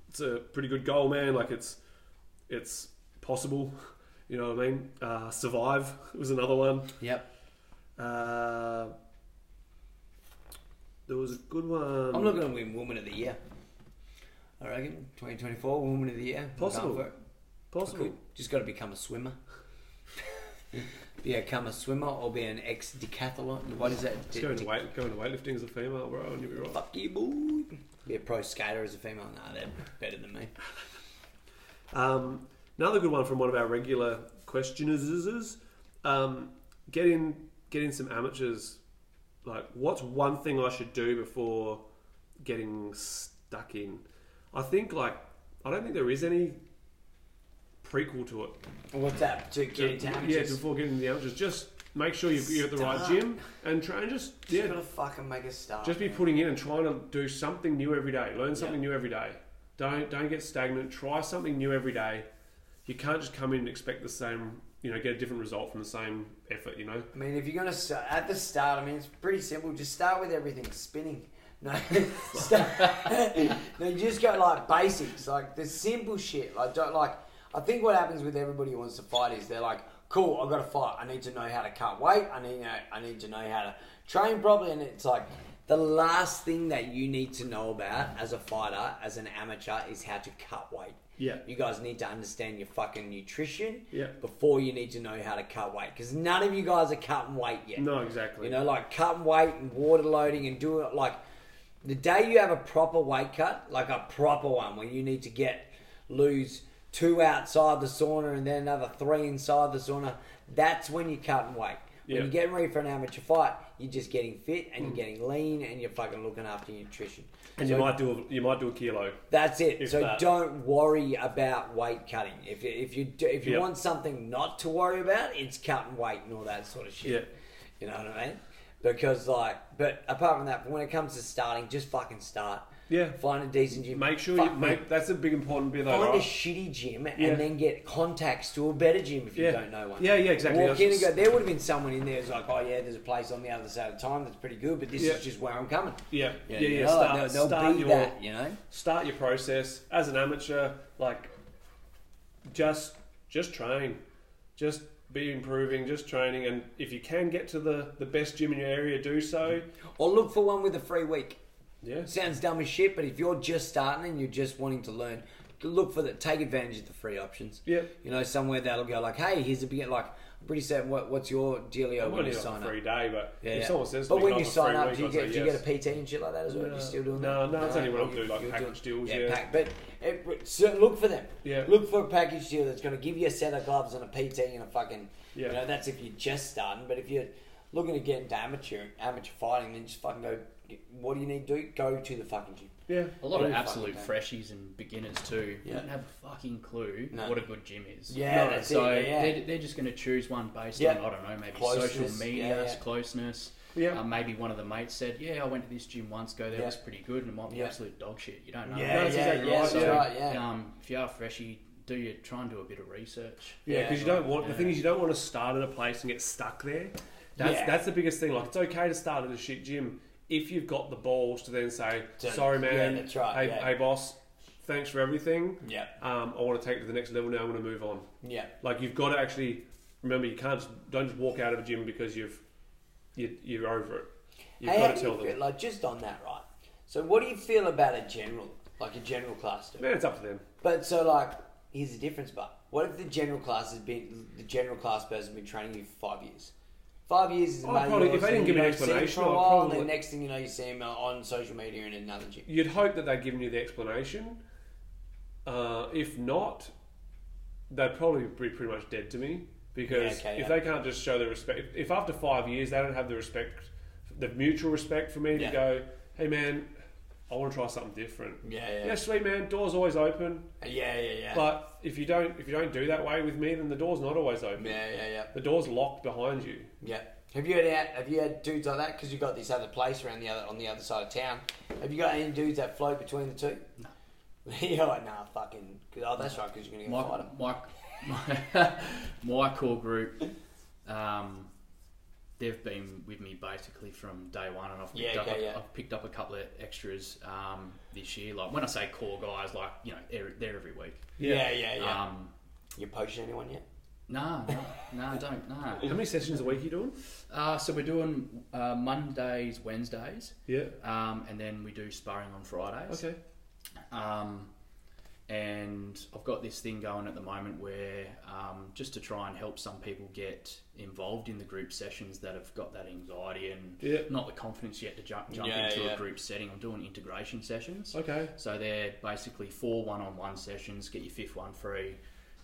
It's a pretty good goal, man. Like it's it's possible. You know what I mean? Uh, survive was another one.
Yep.
Uh, there was a good one.
I'm not going to win Woman of the Year. I reckon 2024 Woman of the Year. I'm
Possible.
going for it.
possible.
Could- Just got to become a swimmer. become a swimmer or be an ex decathlon. What is that?
Just going to weight, going to weightlifting as a female, bro, and you'll be right.
Fuck you, boy. Be a pro skater as a female. Nah, they're better than me.
Um, another good one from one of our regular questioners is, is, um, get in get in some amateurs. Like, what's one thing I should do before getting stuck in? I think like I don't think there is any prequel to it.
What's that? To get into
yeah,
amateurs.
before getting into the amateurs, just make sure you're, you're at the right
Start.
gym and try and just
Just
yeah,
gotta fucking make a start.
just be putting in and trying to do something new every day. Learn something new every day. Don't don't get stagnant. Try something new every day. You can't just come in and expect the same. You know, get a different result from the same effort. You know,
I mean, if you're gonna start at the start, I mean, it's pretty simple. Just start with everything spinning. No, start, no, you just go like basics, like the simple shit. Like don't like. I think what happens with everybody who wants to fight is they're like, "Cool, I've got to fight. I need to know how to cut weight. I need I need to know how to train properly." And it's like the last thing that you need to know about as a fighter, as an amateur, is how to cut weight.
Yeah.
you guys need to understand your fucking nutrition
Yeah.
before you need to know how to cut weight because none of you guys are cutting weight yet.
No, exactly.
You know, like cutting weight and water loading and doing it like the day you have a proper weight cut, like a proper one where you need to get lose two outside the sauna and then another three inside the sauna, that's when you're cutting weight. When
Yeah. Mm.
you're getting ready for an amateur fight, you're just getting fit and you're getting lean and you're fucking looking after your nutrition.
and
So-
you might do a, you might do a kilo.
that's it.
If
So
that.
don't worry about weight cutting. If you, if you do, if you
Yep.
want something not to worry about, it's cutting weight and all that sort of shit.
Yeah.
You know what I mean? Because like, but apart from that, when it comes to starting, just fucking start.
Yeah.
Find a decent gym.
Make sure
Fuck
you
me.
make that's a big important bit though.
Find a
Right?
shitty gym
Yeah.
and then get contacts to a better gym if you
Yeah.
don't know one.
Yeah, yeah, exactly.
Walk
That's-
in and go. There would have been someone in there who's like, "Oh yeah, there's a place on the other side of town that's pretty good, but this
Yeah.
is just where I'm coming."
yeah, yeah, yeah.
you know,
Start,
they'll- they'll
start
be
your
that, you know.
start your process as an amateur. Like, just just train, just be improving, just training, and if you can get to the the best gym in your area, do so.
Or look for one with a free week.
Yeah.
Sounds dumb as shit, but if you're just starting and you're just wanting to learn look for the take advantage of the free options.
Yep.
You know, somewhere that'll go like, hey, here's a big like. I'm pretty certain. What, what's your dealio
I'm
when
only
you
on
sign
a
up?
free day, but
Yeah,
if
yeah.
someone says, to
but
me,
when
"Oh,
you
I'm a
sign
free
up,
week,"
do you
I'd
get
say
do you
yes.
get a PT and shit like that as well?
No.
you still doing
No,
that?
no, it's only when I'm
you-
doing, like,
you're
package deals,
Yeah,
yeah.
pack- but it, so look for them.
Yeah.
look for a package deal that's going to give you a set of gloves and a PT and a fucking.
Yeah.
You know, that's if you're just starting. But if you're looking to get into amateur amateur fighting, then just fucking go. What do you need to do? Go to the fucking gym.
Yeah,
A lot
Every fucking
of absolute
day.
freshies and beginners too
Yeah.
don't have a fucking clue
No.
what a good gym is.
Yeah, that's
so
it, yeah, yeah.
They're, they're just going to choose one based
Yeah.
on I don't know, maybe
Closeness,
social media,
yeah, yeah.
closeness.
Yeah.
Uh, maybe one of the mates said, "Yeah, I went to this gym once. Go there,
Yeah.
it was pretty good." And it might be
Yeah.
absolute dog shit. You don't know.
Yeah,
that's
yeah,
exactly
yeah,
right,
that's
yeah.
right, yeah.
Um, if you are a freshie, do you try and do a bit of research?
yeah,
Yeah.
because you don't want the thing
Yeah.
is you don't want to start at a place and get stuck there. That's
Yeah.
that's the biggest thing. Like it's okay to start at a shit gym if you've got the balls to then say,
To-
"Sorry,
yeah,
man.
that's right,
Hey,
yeah.
hey, boss. Thanks for everything.
Yeah.
Um, I want to take it to the next level now. I want to move on."
Yeah.
Like you've got to actually remember you can't just, don't just walk out of a gym because you've you, you're over it. You've
Hey, how do
got to
you
tell them.
feel- like just on that, right? So, what do you feel about a general, like a general class? Do?
man, it's up to them.
But so, like, here's the difference. But what if the general class has been the general class person been training you for five years? Five years is
I'd
maybe
Oh, probably-
all
if they
seen,
didn't
you
give me an
know, seen
explanation,
for a
I'd
while, and then
probably-
next thing you know, you see him uh, on social media in another gym.
You'd hope that they'd given you the explanation. Uh, if not, they'd probably be pretty much dead to me because
Yeah, okay, yeah.
if they can't just show their respect, if after five years they don't have the respect, the mutual respect for me
Yeah.
to go, hey man, I want to try something different.
Yeah, yeah.
yeah, sweet man, door's always open.
Yeah, yeah, yeah.
But if you don't, if you don't do that way with me, then the door's not always open.
yeah, yeah, yeah,
The door's locked behind you.
yeah. Have you had out, have you had dudes like that? Because you got this other place around the other on the other side of town. Have you got any dudes that float between the two? No. You're like, nah, fucking. Oh, that's right, because you're gonna go
my,
fight 'em.
my, my, my core group, um, they've been with me basically from day one, and I've picked,
Yeah,
up,
okay,
I've,
yeah.
I've picked up a couple of extras um, this year. Like when I say core guys, like you know, they're, they're every week.
Yeah, yeah, yeah.
Um,
you poaching anyone yet?
no, no, no, don't
How
no.
many sessions a week are you doing?
Uh, so we're doing uh, Mondays, Wednesdays,
Yeah.
um, and then we do sparring on Fridays.
Okay.
Um, and I've got this thing going at the moment where um, just to try and help some people get involved in the group sessions that have got that anxiety and
Yeah.
not the confidence yet to jump, jump
Yeah,
into
yeah.
a group setting. I'm doing integration sessions.
Okay.
So they're basically four one on one sessions, get your fifth one free.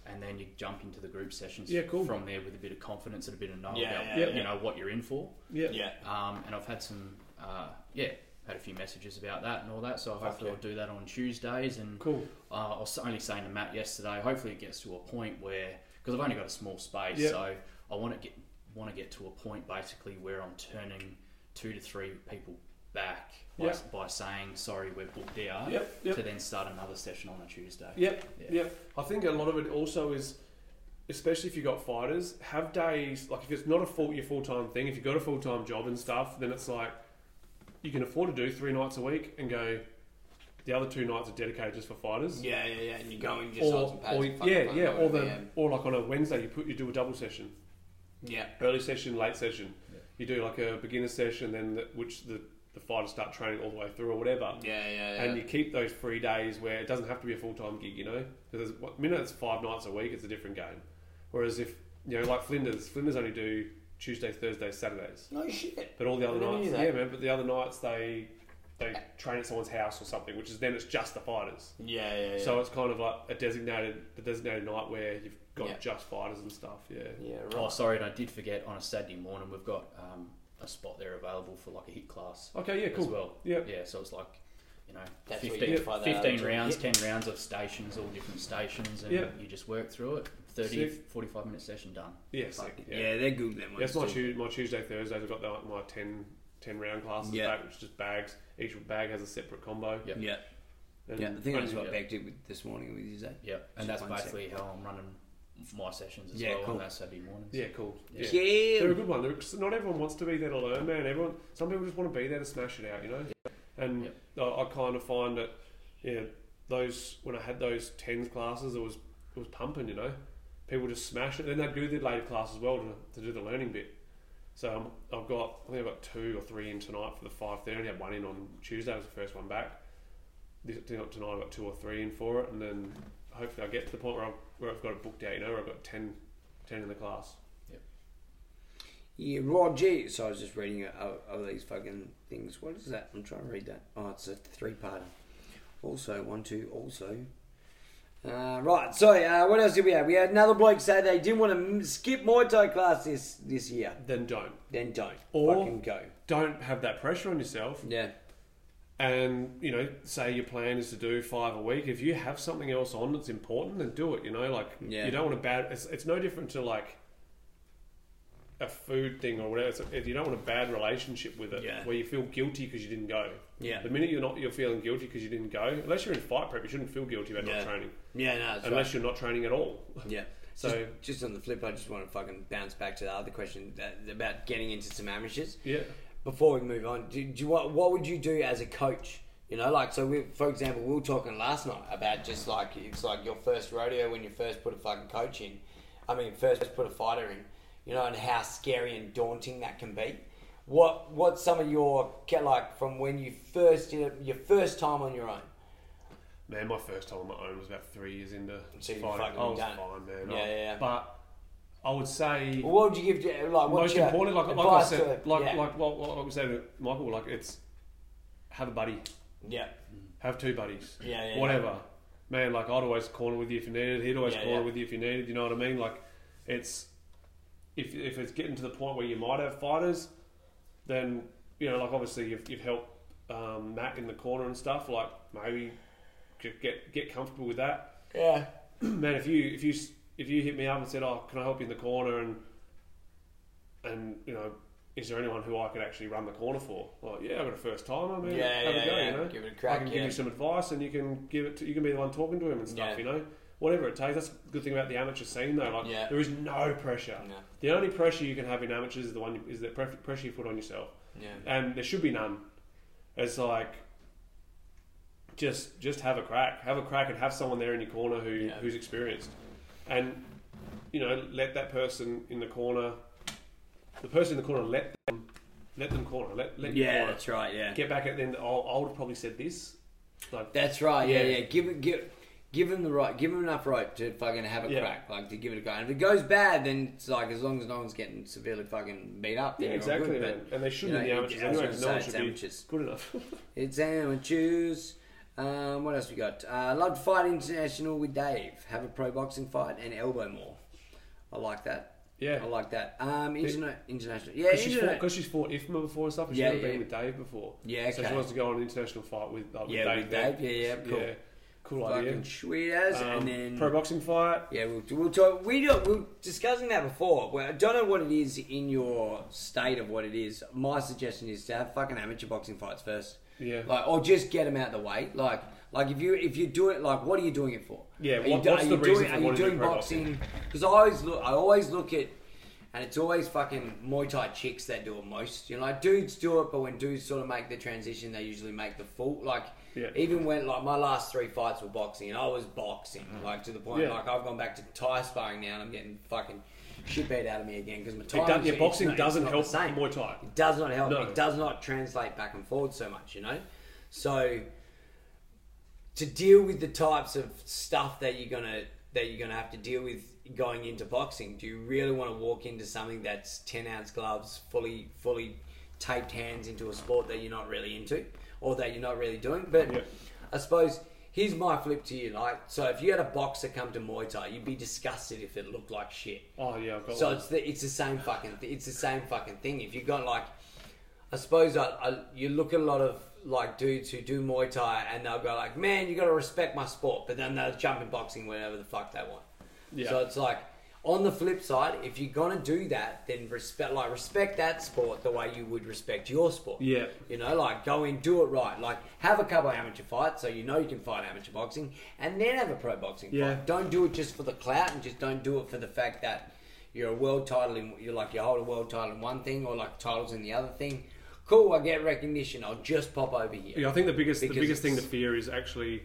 And then you jump into the group sessions
Yeah, cool.
from there with a bit of confidence and a bit of know
Yeah,
about
yeah,
you
yeah.
know what you're in for.
Yeah.
Um, and I've had some, uh, yeah, had a few messages about that and all that. So hopefully
yeah.
I'll do that on Tuesdays. And
Cool.
Uh, I was only saying to Matt yesterday. Hopefully it gets to a point where because I've only got a small space,
Yeah.
so I want to get want to get to a point basically where I'm turning two to three people back by,
Yeah.
by saying sorry we're booked out
Yep, yep.
to then start another session on a Tuesday.
Yep,
Yeah.
yep. I think a lot of it also is, especially if you've got fighters, have days like if it's not a full your full time thing. If you've got a full time job and stuff, then it's like you can afford to do three nights a week and go. The other two nights are dedicated just for fighters.
Yeah, yeah, yeah. And you go and just hold
Or,
some pads
or
and fucking
yeah,
play
yeah,
around
or
with
the
it,
or like on a Wednesday you put you do a double session,
yeah.
early session, late session. You do like a beginner session, then the, which the the fighters start training all the way through or whatever.
Yeah, yeah, yeah. yeah.
and you keep those free days where it doesn't have to be a full time gig, you know. Because there's I mean, it's five nights a week, it's a different game. Whereas if you know, like Flinders, Flinders only do Tuesdays, Thursdays, Saturdays,
no shit.
but all the other
I never
nights,
knew that.
yeah, man. But the other nights they they train at someone's house or something, which is then it's just the fighters.
Yeah, yeah, yeah.
So it's kind of like a designated the designated night where you've got
Yeah.
just fighters and stuff. Yeah,
yeah,
Oh,
right.
sorry, and I did forget on a Saturday morning we've got um, a spot there available for like a hit class.
Okay, yeah, cool.
as well.
Yeah.
Yeah, so it's like, you know,
That's what you
15,
get by that
15
other
rounds, 10 rounds of stations, all different stations, and
Yeah.
you just work through it. 30,
Sick.
45 minute session done.
yeah, sick.
yeah.
Yeah,
they're good. Them
That's my, tu- my Tuesday, Thursdays. I've got the, my 10, 10 round classes
Yeah.
back, which is just bags. Each bag has a separate combo.
Yeah.
Yeah,
And-
yeah. I think I just
Yeah.
got back to it with this morning with you, Zach.
Yeah,
Just
and that's
one sec.
basically how I'm running my sessions as
Yeah,
well
cool.
on that Saturday mornings.
Yeah, cool. Yeah. They're a
Yeah.
good one. They're, 'cause not everyone wants to be there to learn, man. Everyone, some people just want to be there to smash it out, you know. And
Yep.
I, I kind of find that, yeah, those when I had those tens classes, it was it was pumping, you know. People just smash it. Then they do the later class as well to, to do the learning bit. So i I've got I think I've got two or three in tonight for the five thirty. I only had one in on Tuesday. It was the first one back. this, tonight I got two or three in for it, and then hopefully I get to the point where I've, where I've got it booked out. You know, where I've got 10, 10 in the class.
Yeah, Rod G. So I was just reading uh, of these fucking things. What is that? I'm trying to read that. Oh, it's a three-parter. Also, one, two, also. Uh, right. So uh, what else did we have? We had another bloke say they didn't want to m- skip Muay Thai class this this year.
Then don't,
Then don't
Or-
fucking go.
don't have that pressure on yourself.
Yeah.
and you know say your plan is to do five a week if you have something else on that's important then do it you know like
Yeah.
you don't want to bad it's, it's no different to like a food thing or whatever It's- if you don't want a bad relationship with it
Yeah.
where you feel guilty because you didn't go
Yeah.
the minute you're not you're feeling guilty because you didn't go unless you're in fight prep you shouldn't feel guilty about
Yeah.
not training
Yeah. No. That's
unless you're not training at all
Yeah.
So-
just, just on the flip, I just want to fucking bounce back to the other question that, about getting into some amateurs.
yeah
Before we move on, do, do you, what what would you do as a coach? You know, like so. We, for example, we were talking last night about just like it's like your first rodeo when you first put a fucking coach in. I mean, first put a fighter in. You know, and how scary and daunting that can be. What what some of your get like from when you first did it, your first time on your own?
man my first time on my own was about three years into
So you've
fighting.
fucking
I was
done it.
fine
Yeah,
man I-
yeah, yeah.
but I would say
Well, what would you give to like what's
most
your
important, like, like I
advice
said,
to-
like,
yeah.
like what, what I was saying to Michael, like it's have a buddy,
yeah,
have two buddies,
Yeah, yeah, yeah.
whatever. Man, like I'd always corner with you if you needed. He'd always
Yeah,
corner
yeah.
with you if you needed. You know what I mean? Like it's if if it's getting to the point where you might have fighters, then you know, like obviously you've you've helped um, Matt in the corner and stuff. Like maybe ju- get get comfortable with that
yeah.
man, if you if you if you hit me up and said, "Oh, can I help you in the corner?" and and you know, is there anyone who I could actually run the corner for? Well, yeah, I've got a first timer. Man,
Yeah,
have
yeah,
a go,
yeah.
You know?
Give it a crack,
I can
yeah.
give you some advice, and you can give it. To, you can be the one talking to him and stuff.
Yeah.
You know, whatever it takes. That's the good thing about the amateur scene, though. Like,
Yeah.
there is no pressure.
No.
The only pressure you can have in amateurs is the one is the pref- pressure you put on yourself.
Yeah.
And there should be none. It's like just just have a crack, have a crack, and have someone there in your corner who
Yeah.
who's experienced, and you know let that person in the corner, the person in the corner let them let them corner, let let you
Yeah,
corner.
that's right. Yeah,
get back at them. Oh, I would have probably said this, like
that's right. Yeah,
Yeah.
yeah. Give it, give, give him the right, give him enough rope to fucking have a
Yeah.
crack, like to give it a go. And if it goes bad, then it's like as long as no one's getting severely fucking beat up, then
yeah,
you're
exactly,
All good,
man.
but
and they should
you
be
know,
the amateurs
I was
anyway.
gonna
Because no one
say,
should
it's
be
amateurs.
good enough.
It's amateurs. Um, what else we got? Uh, love to fight international with Dave. Have a pro boxing fight and elbow more. I like that.
Yeah.
I like that. Um, interna- international. Yeah,
Because she's,
interna-
fought, 'cause she's fought IFMA before and stuff, and she's
Yeah,
never
yeah.
been with Dave before.
Yeah,
So she
okay.
wants to go on an international fight with, like, with
Yeah,
Dave.
with
there.
Dave, yeah, yeah, cool.
Cool
fucking
idea.
sweet as.
Um,
and then
pro boxing fight.
Yeah, we'll, we'll talk. We don't, we were discussing that before. Well, I don't know what it is in your state of what it is. My suggestion is to have fucking amateur boxing fights first.
Yeah.
Like, or just get them out of the way. Like, like if you if you do it, like, what are you doing it for?
Yeah,
Are you
what-
do-
what's
are
the
you
reason
doing,
for
Are you
wanting to
doing
pro
boxing? Because I always look. I always look at, and it's always fucking Muay Thai chicks that do it most. You know, like dudes do it, but when dudes sort of make the transition, they usually make the full. Like,
Yeah.
even when like my last three fights were boxing, and I was boxing, like to the point
Yeah.
like I've gone back to Thai sparring now, and I'm getting fucking shit beat out of me again because my Thai.
It does, yeah,
it's
boxing
not- it's
doesn't
not
help
the same.
Muay Thai.
It does not help.
No.
It does not translate back and forward so much, you know. So to deal with the types of stuff that you're gonna that you're gonna have to deal with going into boxing, do you really want to walk into something that's ten ounce gloves, fully fully taped hands into a sport that you're not really into or that you're not really doing? But
Yeah.
I suppose here's my flip to you, like so if you had a boxer come to Muay Thai, you'd be disgusted if it looked like shit.
Oh yeah, I've got
So
one.
it's the it's the same fucking th- it's the same fucking thing. If you got like, I suppose I, I you look at a lot of like dudes who do Muay Thai and they'll go like, man, you got to respect my sport, but then they'll jump in boxing whenever the fuck they want.
Yeah.
So it's like. On the flip side, if you're gonna do that, then respect like respect that sport the way you would respect your sport.
Yeah.
You know, like go in, do it right. Like have a couple of amateur fights so you know you can fight amateur boxing, and then have a pro boxing
Yeah.
fight. Don't do it just for the clout, and just don't do it for the fact that you're a world title in you're like you hold a world title in one thing or like titles in the other thing. Cool, I get recognition. I'll just pop over here.
yeah, I think the biggest the
Because
biggest thing to
it's-
fear is actually,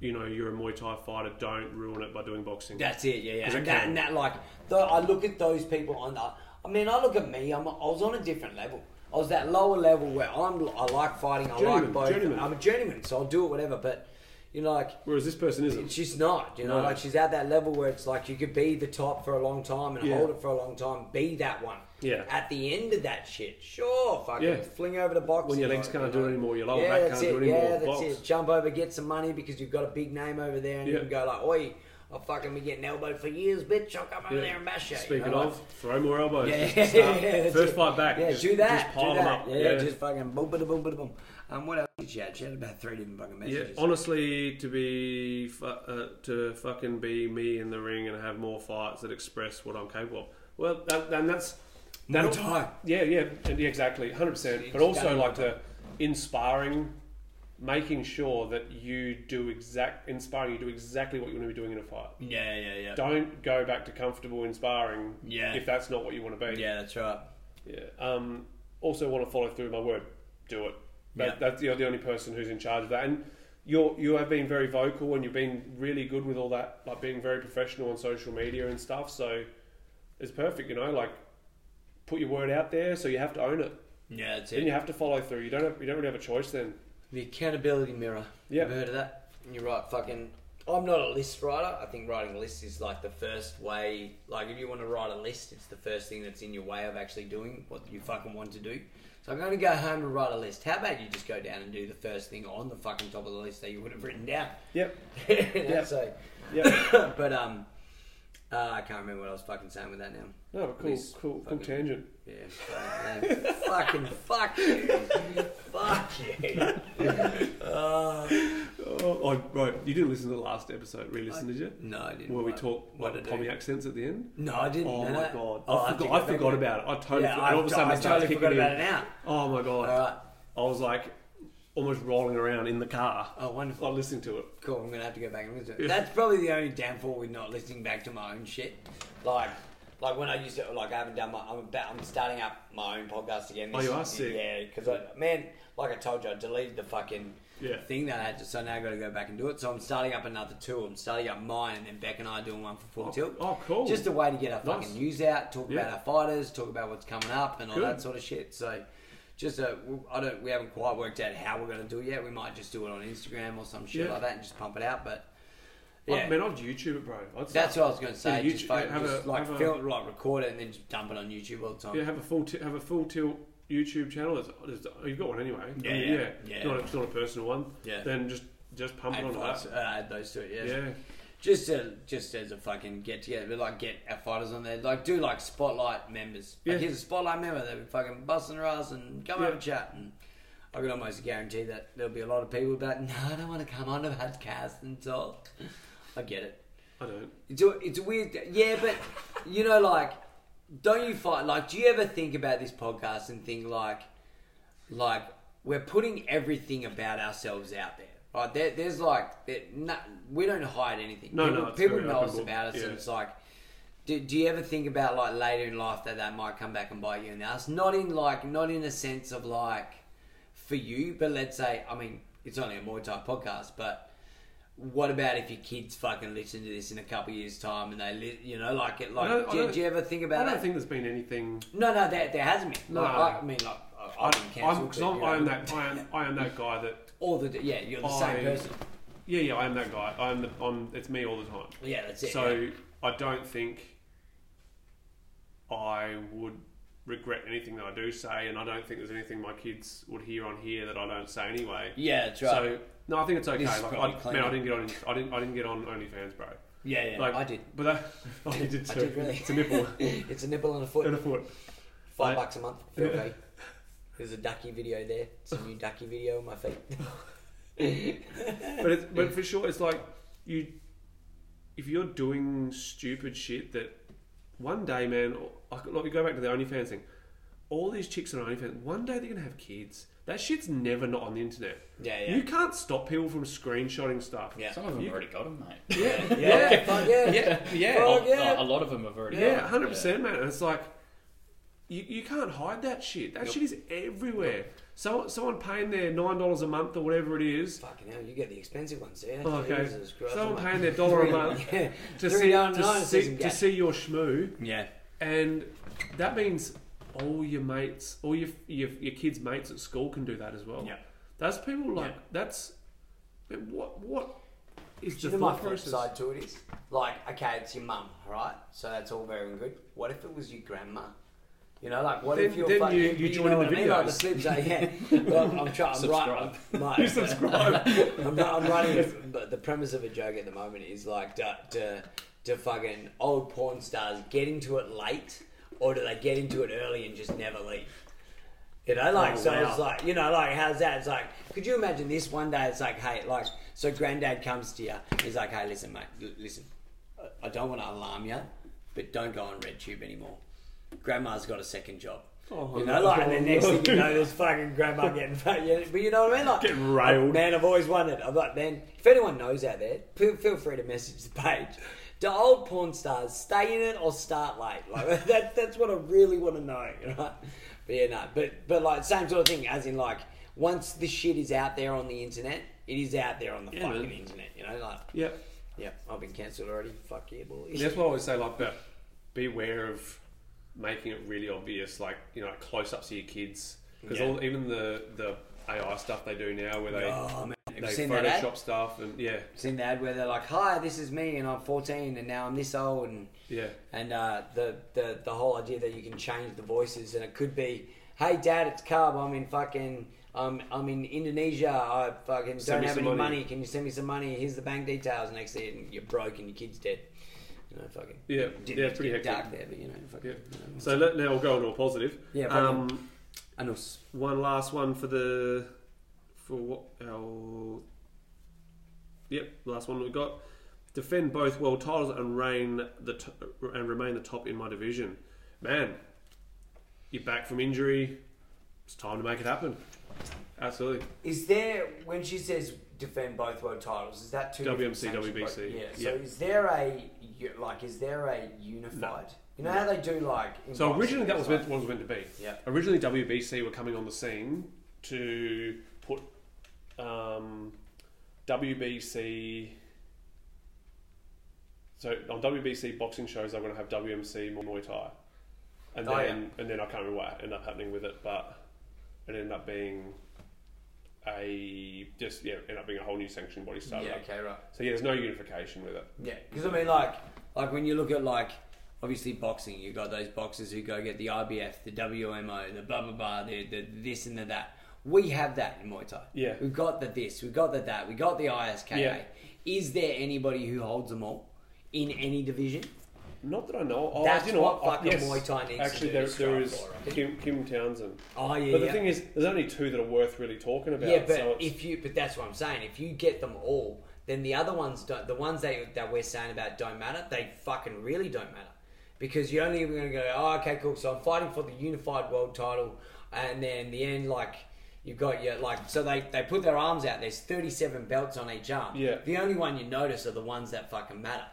you know, you're a Muay Thai fighter. Don't ruin it by doing boxing.
That's it, yeah, yeah.
'Cause it
And that,
can.
and that, like, though I look at those people on the. I mean, I look at me. I'm, I was on a different level. I was that lower level where I'm. I like fighting. I like
Journeyman,
both.
journeyman.
I'm a journeyman, so I'll do it whatever. But you know, like
Whereas this person isn't.
she's not. You know,
No.
like she's at that level where it's like you could be the top for a long time and
Yeah.
hold it for a long time. Be that one.
Yeah.
At the end of that shit, sure, fucking
Yeah.
fling over the box.
When your
and
legs
like,
can't
you
do
know.
it anymore, your lower
yeah,
back
that's
can't do
it.
it anymore.
Yeah, that's
box.
it. Jump over, get some money because you've got a big name over there, and you
Yeah.
can go like, "Oi, I've fucking been getting elbowed for years, bitch. I'll come over
Yeah.
there and mash you." you
Speaking
know, like-
of, throw more elbows.
yeah,
Start.
that's
First
it.
fight back.
Yeah,
just,
do that.
Just pile
do
them
that.
up.
Yeah, just fucking boom, boom, boom, boom, boom. Um, what else did she had? She had about three different fucking
Yeah,
messages.
honestly, to be fu- uh, to fucking be me in the ring and have more fights that express what I'm capable of. Well, that, and that's
Muay
that'll-
Thai.
Yeah, yeah, and- yeah, exactly, hundred percent. But also like the inspiring, making sure that you do exact inspiring. You do exactly what you want to be doing in a fight.
Yeah, yeah, yeah.
Don't go back to comfortable inspiring.
Yeah.
if that's not what you want to be.
Yeah, that's right.
Yeah. Um, also want to follow through with my word. Do it. That,
Yeah.
That's you're the only person who's in charge of that. And you're you have been very vocal and you've been really good with all that, like being very professional on social media and stuff. So it's perfect, you know. Like put your word out there, so you have to own it.
Yeah, that's
Then you have to follow through. You don't have, you don't really have a choice then.
The accountability mirror.
Yeah.
You've heard of that? You're right, fucking. I'm not a list writer. I think writing lists is like the first way. Like, if you want to write a list, it's the first thing that's in your way of actually doing what you fucking want to do. So I'm going to go home and write a list. How about you just go down and do the first thing on the fucking top of the list that you would have written down?
Yep.
You know,
Yeah.
So,
Yep.
but um, uh, I can't remember what I was fucking saying with that now.
No, but cool,
Please,
cool, cool
fucking-
tangent.
Yeah, fucking, fuck you, fuck you.
Oh, I, right. You didn't listen to the last episode. Re-listen, did you?
No, I didn't.
Where we
What-
talk
what
like,
did I do?
Pommy accents at the end.
No, I didn't.
Oh
know
my
that.
god!
I'll
I,
have to
forgot, I
get back
forgot
to
about it. I totally,
Yeah,
forgot- and all of a
I,
sudden it
I
starts
totally
kicking
forgot
in.
about it now.
Oh my god!
All right.
I was like almost rolling around in the car
Oh, wonderful.
while listening to it.
Cool. I'm gonna have to go back and listen. to it. That's probably the only downfall with not listening back to my own shit. Like, like when I used to, like I haven't done my. I'm about. I'm starting up my own podcast again.
Oh, you are
is-
sick.
Yeah, because I man, like I told you, I deleted the fucking
Yeah.
thing that I had to. So now I got to go back and do it. So I'm starting up another two. I'm starting up mine, and then Beck and I are doing one for full
Oh,
tilt.
oh, cool.
Just a way to get our
Nice.
fucking news out, talk
Yeah.
about our fighters, talk about what's coming up, and all
Good.
that sort of shit. So. Just I I don't. We haven't quite worked out how we're going to do it yet. We might just do it on Instagram or some shit
Yeah.
like that and just pump it out. But
Yeah.
yeah,
man, I'd YouTube it, bro. I'd
that's what I
start-
was going to say.
Yeah,
just
YouTube-
fucking
have
just
a-
like
have a-
film, like record it, and then just dump it on YouTube all the time.
Yeah, have a full t- have a full tilt YouTube channel. It's, it's, you've got one anyway.
Yeah,
I mean,
yeah,
yeah.
yeah.
Not, a, it's not a personal one.
Yeah.
Then just just pump it
and
on
fights,
that.
uh, add those to it. Yeah.
Yeah.
Just to, just as a fucking get together, but like get our fighters on there. Like do like spotlight members. Like
Yeah.
here's a spotlight member. They'll be fucking busting their ass and come
Yeah.
over and chat. And I can almost guarantee that there'll be a lot of people that no, I don't want to come on a podcast and talk. I get it.
I don't.
It's a, it's a weird, yeah, but you know, like, don't you find like, do you ever think about this podcast and think like, like we're putting everything about ourselves out there, right? There, there's like, there, no, we don't hide anything.
No, no,
people,
it's
people
very
know
open
us
book,
about us, and
yeah.
it's like, do, do you ever think about like later in life that that might come back and bite you in the ass? Not in like, not in a sense of like, for you, but let's say, I mean, it's only a Muay Thai podcast, but what about if your kids fucking listen to this in a couple of years' time and they, li- you know, like it,
I don't-
like,
I
do,
don't-
do you ever think
I
about
don't
that?
think there's been anything.
no, no, there, there hasn't been.
No.
Like, I, I mean, like, I, I've been
I'm,
cancelled.
cause
but,
I'm,
you know,
I am that. I am. I am that guy that.
All the, yeah, you're the
I-
same person.
Yeah, yeah. I am that guy. I'm. The, I'm. It's me all the time.
Yeah, that's it.
So
yeah.
I don't think I would regret anything that I do say, and I don't think there's anything my kids would hear on here that I don't say anyway.
yeah, that's right.
So no, I think it's okay.
This is
Like,
probably
I,
clean.
man, I didn't get on. I didn't. I didn't get on OnlyFans, bro.
yeah, yeah,
Like,
I did.
But that, oh, you did
I
too.
did really.
It's a nipple
it's a nipple and a foot.
and a foot.
Five
I-
bucks a month. Feel okay. There's a ducky video there. It's a new ducky video of my feet.
But it's, but for sure, it's like you. If you're doing stupid shit that one day, man, I could- like we go back to the OnlyFans thing. All these chicks on OnlyFans, one day they're gonna have kids. That shit's never not on the internet.
Yeah, yeah.
You can't stop people from screenshotting stuff.
Yeah.
Some of them
You-
already got them, mate.
yeah, yeah, fuck yeah.
yeah, yeah.
Oh,
Oh,
yeah.
A lot of them have already got
Yeah,
them.
hundred percent, man. And it's like you, you can't hide that shit. That shit is everywhere. So someone paying their nine dollars a month or whatever it is.
Fucking hell, you get the expensive ones, yeah.
Oh, okay.
Jesus Christ,
Someone
I'm
paying
like-
their dollar a month
yeah.
to
Three
see
down
to
nine, it
see,
doesn't
to
get-
see your schmoo,
Yeah.
and that means all your mates, all your your, your kids' mates at school can do that as well.
Yeah.
That's people like
Yeah.
that's what what is
Do
the
you know my
thought
flip
process?
side to it is? Like, okay, it's your mum, right? So that's all very good. What if it was your grandma? You know, like, what if
Then-
you're
then
fucking,
you- you join
know
in
what
the
I mean? Like the
videos.
flip side, yeah. Well, I'm trying, I'm right. I'm, mate, you subscribe. I'm, not, I'm running, but the premise of a joke at the moment is like, to, to, to fucking old porn stars get into it late, or do they get into it early and just never leave? You know,
Oh,
like, so it's like, you know, like, how's that? It's like, could you imagine this one day? It's like, hey, like, so granddad comes to you. He's like, hey, listen, mate, l- listen, I- I don't want to alarm you, but don't go on RedTube anymore. Grandma's got a second job.
Oh,
you know, like, and then next thing you know, there's fucking grandma getting fucked. yeah, But you know what I mean? Like,
Getting railed.
Man, I've always wondered. I'm like, man, if anyone knows out there, feel feel free to message the page. Do old porn stars stay in it or start late? Like that, that's what I really want to know, right? But yeah, no, but but like same sort of thing, as in like once the shit is out there on the internet, it is out there on the
Yeah,
fucking
man.
internet, you know? Like,
Yeah,
yeah, I've been cancelled already. Fuck yeah, boy.
that's why I always say like, but beware of making it really obvious, like you know, like close ups to your kids because
Yeah.
all even the the AI stuff they do now where they
Oh man, have you
they
seen that ad?
Photoshop stuff and yeah,
Seen the ad where they're like, "Hi, this is me, and I'm 14, and now I'm this old," and
yeah.
and uh, the, the the whole idea that you can change the voices and it could be hey dad it's Carb I'm in fucking um, I'm in Indonesia I fucking
Send
don't
me
have
some
any
money."
money. can you send me some money here's the bank details next thing you- you're broke and your kid's dead you know fucking
Yeah,
didn't
yeah,
have to
pretty
get
hectic.
dark there but you know fucking
Yeah.
you know,
So let, now we'll go on all positive.
Yeah, probably.
Um,
Anus
one last one for the for what our yep last one we got. Defend both world titles and reign the t- and remain the top in my division. Man, you're back from injury. It's time to make it happen. Absolutely.
is there when she says defend both world titles is that two
different WMC, sanctions? WBC. Yeah, so Yeah.
is there a like is there a unified you know how they do like
So originally that was meant, what it was meant to be.
Yeah.
Originally WBC were coming on the scene to put um, WBC. So on WBC boxing shows, they're going to have WMC Muay Thai, and
Oh,
then and then I can't remember what ended up happening with it, but it ended up being a just yeah, ended up being a whole new sanctioning body started.
yeah
up.
okay right
So yeah, there's no unification with it.
Yeah, because I mean, like, like when you look at like obviously boxing, you got those boxers who go get the IBF, the WMO, the blah blah blah, the, the this and the that. We have that in Muay Thai.
Yeah.
we've got the this, we've got the that, we got the ISKA.
Yeah.
Is there anybody who holds them all in any division?
Not that I know. Oh,
That's
you know
what
I-
fucking Muay Thai needs to
Actually,
do,
there,
is
there
strike
is
for it.
Kim, Kim Townsend.
Oh yeah,
But the
yeah.
thing is, there's only two that are worth really talking about.
yeah, but
so it's,
if you, but that's what I'm saying. If you get them all, then the other ones don't. The ones that that we're saying about don't matter. They fucking really don't matter because you're only going to go. Oh, okay, cool. So I'm fighting for the unified world title, and then in the end, like you've got your like. So they they put their arms out. There's 37 belts on each arm.
Yeah.
The only one you notice are the ones that fucking matter,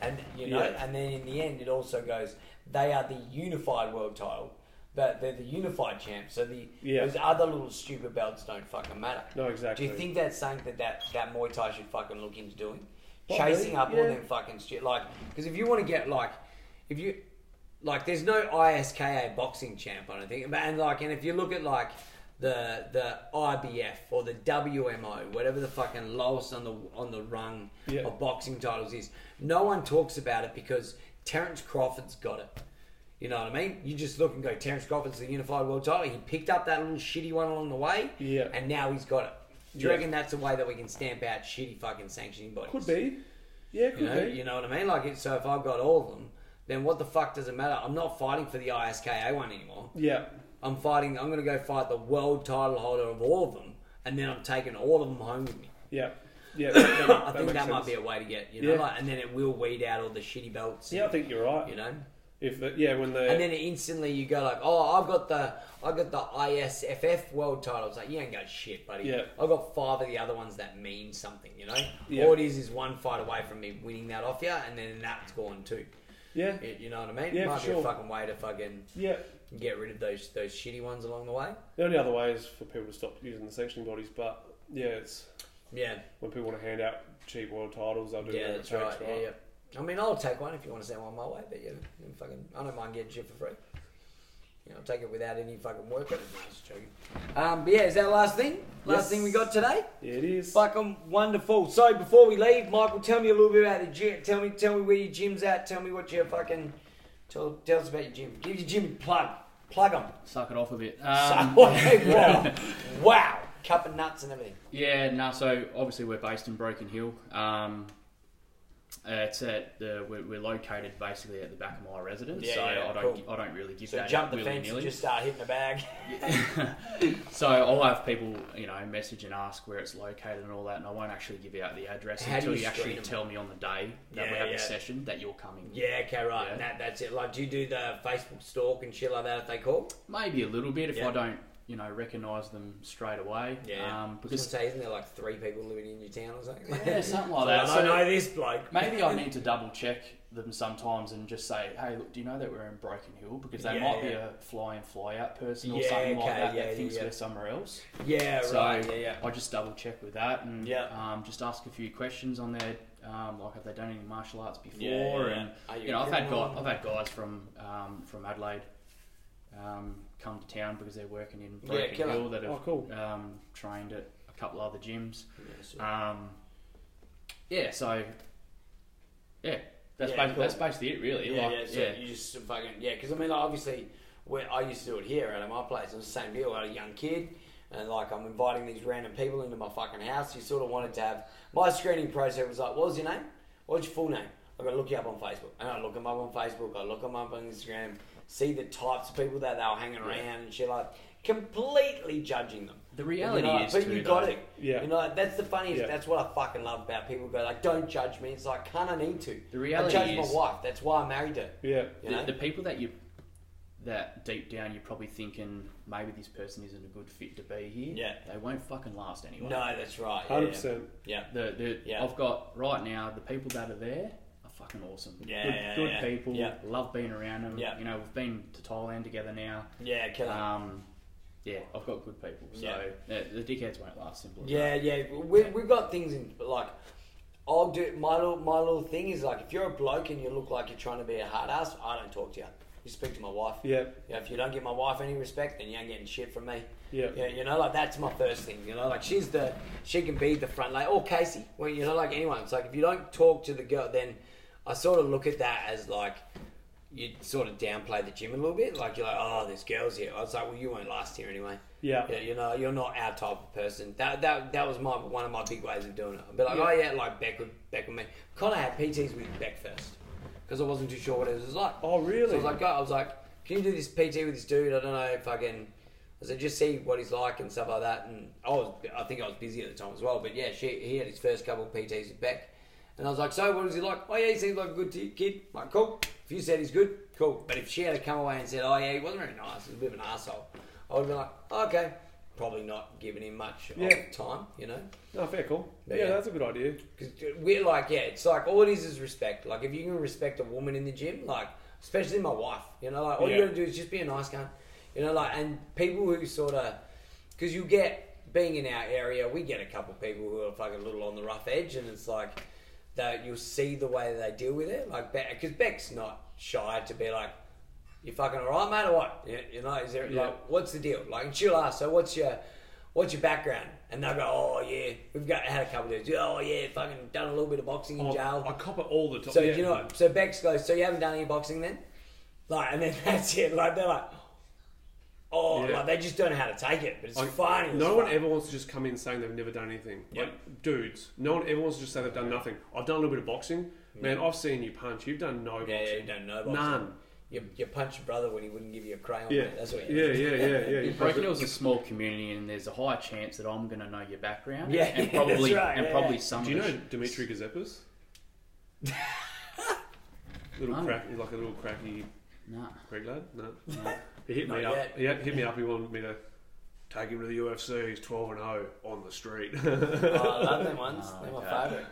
and you know.
Yeah.
And then in the end, it also goes. They are the unified world title. But they're the unified champs, so the
Yeah.
those other little stupid belts don't fucking matter.
No, exactly.
Do you think that's something that that, that Muay Thai should fucking look into doing?
Probably,
Chasing up all
yeah.
them fucking shit. Like, because if you want to get, like, if you, like, there's no ISKA boxing champ, I don't think. But- And, like, and if you look at, like, the the IBF or the WMO, whatever the fucking lowest on the on the rung
Yeah.
of boxing titles is, no one talks about it because Terence Crawford's got it. You know what I mean? You just look and go, Terence Crawford's the unified world title. He picked up that little shitty one along the way,
Yeah.
and now he's got it. Do you
Yeah.
reckon that's a way that we can stamp out shitty fucking sanctioning bodies?
could be. Yeah, could
You know,
be.
you know what I mean? Like, it- so if I've got all of them, then what the fuck does it matter? I'm not fighting for the ISKA one anymore.
Yeah.
I'm fighting. I'm going to go fight the world title holder of all of them, and then I'm taking all of them home with me.
Yeah. Yeah. that- that-
I think
makes
that might
sense.
be a way to get you know,
Yeah.
like, and then it will weed out all the shitty belts.
Yeah, I
and,
think you're right.
you know.
If the, yeah, when the
And then instantly you go like, oh, I've got the I got the ISFF world title. It's like you ain't got shit, buddy.
Yeah.
I've got five of the other ones that mean something. You know,
Yeah.
all it is is one fight away from me winning that off you, and then that's gone too.
yeah,
You you know what I mean?
Yeah,
Might
for
be
sure.
a fucking way to fucking
yeah.
get rid of those those shitty ones along the way.
The only other way is for people to stop using the sanctioning bodies, but yeah, it's
Yeah,
when people want to hand out cheap world titles, they'll do
yeah,
whatever it
that's right.
takes,
Yeah, yeah. I mean, I'll take one if you want to send one my way, but yeah, then fucking, I don't mind getting shit for free. Yeah, I'll take it without any fucking work. on it. No, just joking. Um, but yeah, is that last thing? Last
Yes.
thing we got today?
Yeah, it is.
Fucking wonderful. So before we leave, Michael, tell me a little bit about the gym. Tell me, tell me where your gym's at. Tell me what your fucking. Tell, tell us about your gym. Give your gym a plug. Plug them.
Suck it off a bit.
So,
Um,
okay, wow, wow, cup of nuts and everything.
Yeah, no. So obviously we're based in Broken Hill. Um, uh, it's at the we're, we're located basically at the back of my residence.
Yeah,
so
yeah,
I
cool.
don't gi- I don't really give
So
that
jump the
willy
fence and
nilly.
just start hitting the bag.
so I'll have people you know message and ask where it's located and all that, and I won't actually give out the address
How do
until
you
you, actually
screen 'em?
tell me on the day that
Yeah,
we're having
yeah.
a session that you're coming.
Yeah, okay, right.
Yeah.
And that, that's it. Like, do you do the Facebook stalk and shit like that if they call?
Maybe a little bit if
Yeah.
I don't you know recognise them straight away. Um,
because
because
say, isn't there like three people living in your town or something?
yeah, something like
So
that.
I
So-
know this bloke.
Maybe I need to double check them sometimes and just say, hey, look, do you know that we're in Broken Hill? Because they
Yeah,
might be
yeah.
a fly in, fly out person or
Yeah,
something like
okay,
that
yeah, yeah,
that thinks
yeah.
we're somewhere else.
Yeah,
so
right. Yeah, yeah.
I just double check with that and
Yeah.
um, just ask a few questions on their, um, like, have they done any martial arts before?
yeah, yeah.
And,
Are you uh,
you know, I've had, guys,
criminal?
I've had guys from, um, from Adelaide um, come to town because they're working in
Yeah,
Broken
killer.
Hill that have
Oh, cool.
um, trained at a couple other gyms.
Yeah, so-
Um, yeah, so yeah, that's
Yeah,
basically,
cool.
that's basically it, really.
Yeah,
like,
yeah, so you just fucking yeah. Because I mean, like, obviously, when I used to do it here at my place, it was the same deal. I had a young kid, and like I'm inviting these random people into my fucking house. You sort of wanted to have my screening process was like, what was your name? What's your full name? I gotta look you up on Facebook, and I look them up on Facebook. I look them up on Instagram. See the types of people that they were hanging around and shit like completely judging them.
The reality
You know,
is,
but
too,
you got
though-
it.
Yeah.
You know, that's the funniest.
Yeah.
That's what I fucking love about people. Go like, don't judge me. It's like, can I need to?
The reality
I judge
is-
my wife. That's why I married her.
Yeah.
You know?
the, the people that you that deep down you're probably thinking maybe this person isn't a good fit to be here.
Yeah.
they won't fucking last anyway.
No, that's right. yeah,
Hundred percent.
Yeah.
the, the
Yeah.
I've got right now the people that are there are fucking awesome.
Yeah,
good,
yeah,
good
yeah.
people.
Yeah.
Love being around them.
Yeah.
you know we've been to Thailand together now.
Yeah, killer.
Um, yeah, I've got good people. So
Yeah.
yeah, the dickheads won't last. Simple. as
yeah, yeah. We, we've got things in, but like, I'll do my little, my little thing is like, if you're a bloke and you look like you're trying to be a hard ass, I don't talk to you. You speak to my wife.
Yeah.
You know, if you don't give my wife any respect, then you ain't getting shit from me.
Yeah.
You know, you know, like that's my first thing. You know, like she's the she can be the front like or Casey. Well, you know, like anyone. It's like if you don't talk to the girl, then I sort of look at that as like you sort of downplay the gym a little bit. Like you're like, oh, there's girls here. I was like, well, you won't last here anyway.
Yeah.
Yeah, you know, you're not our type of person. That that that was my one of my big ways of doing it. I'd be like, oh yeah, like Beck would Beck with me. Kind of had PTs with Beck first because I wasn't too sure what it was like.
Oh, really?
So I was like, I was like, can you do this PT with this dude? I don't know, fucking. I said, just see what he's like and stuff like that. And I was, I think I was busy at the time as well. But yeah, she, he had his first couple of PTs with Beck, and I was like, so what was he like? Oh yeah, he seems like a good t- kid. I'm like, cool. If you said he's good, cool. But if she had to come away and said, oh yeah, he wasn't very nice, he was a bit of an asshole, I would have been like, okay, probably not giving him much of
Yeah.
time, you know.
No, fair call.
Yeah,
Yeah,
yeah.
that's a good idea.
Because we're like, yeah, it's like all it is is respect. Like if you can respect a woman in the gym, like especially my wife, you know, like all you
Yeah.
gotta do is just be a nice guy, you know, like and people who sort of, because you get being in our area, we get a couple people who are fucking a little on the rough edge, and it's like that you'll see the way they deal with it, like because Beck's not shy to be like, you fucking alright, mate, or what? You, you know, is there
Yeah.
like what's the deal? Like, and she'll ask, so what's your what's your background? And they'll go, oh yeah, we've got had a couple of dudes. Oh yeah, fucking done a little bit of boxing in
Oh, I
jail.
cop it all the time.
So
yeah.
you know, so Bex goes, so you haven't done any boxing then? Like, and then that's it. Like they're like, oh,
Yeah.
like they just don't know how to take it. But it's
Like,
funny. as
No one
fuck.
ever wants to just come in saying they've never done anything.
Yeah.
Like dudes, no one ever wants to just say they've done nothing. I've done a little bit of boxing. Man, I've seen you punch. You've done
Yeah,
no boxing.
yeah, you don't know boxing.
None.
You, you punch your brother when he wouldn't give you a crayon.
Yeah,
mate. That's what. You
yeah, yeah, yeah, yeah. You
If Broken
punch it.
Hill's a small community, and there's a high chance that I'm going to know your background.
Yeah,
and
that's
probably
right,
and
yeah,
probably
yeah.
some.
Do you
of the
know
sh-
Dimitri Gazepas? little
No.
crack, like a little cracky
Nah.
Greg lad. No, he hit me
Not
up.
yet.
He hit me up. He wanted me to take him to the UFC. He's twelve and zero on the street.
Oh, I love them ones.
Oh,
They're my
okay.
favorite.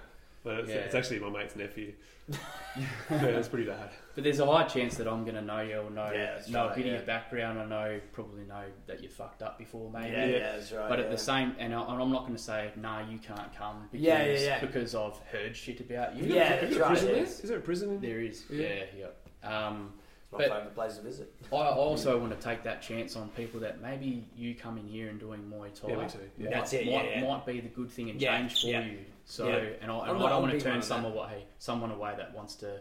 But it's,
Yeah.
it's actually my mate's nephew. yeah, that's pretty bad.
But there's a high chance that I'm going to know you or know
Yeah, that's
know
right,
a bit
yeah.
of your background. I know probably know that you fucked up before, maybe.
Yeah, yeah, that's right.
But
yeah.
at the same, and, I, and I'm not going to say, nah, you can't come because,
Yeah, yeah, yeah.
because I've heard shit about you.
Yeah,
Is
that's
there a
right.
prison
yeah.
there? Is there a prison? In?
There is, yeah,
Yeah.
yeah. Um,
My
But-
favourite place to visit.
I I also want to take that chance on people that maybe you coming here and doing Muay Thai.
Yeah, me too, yeah.
Might,
That's it, yeah,
Might,
yeah.
might be the good thing and
Yeah,
change for
yeah.
you. So,
Yeah.
and I,
I'm not-
and I
I'm
don't want
big
to
one
turn
of that.
someone away, someone away that wants to,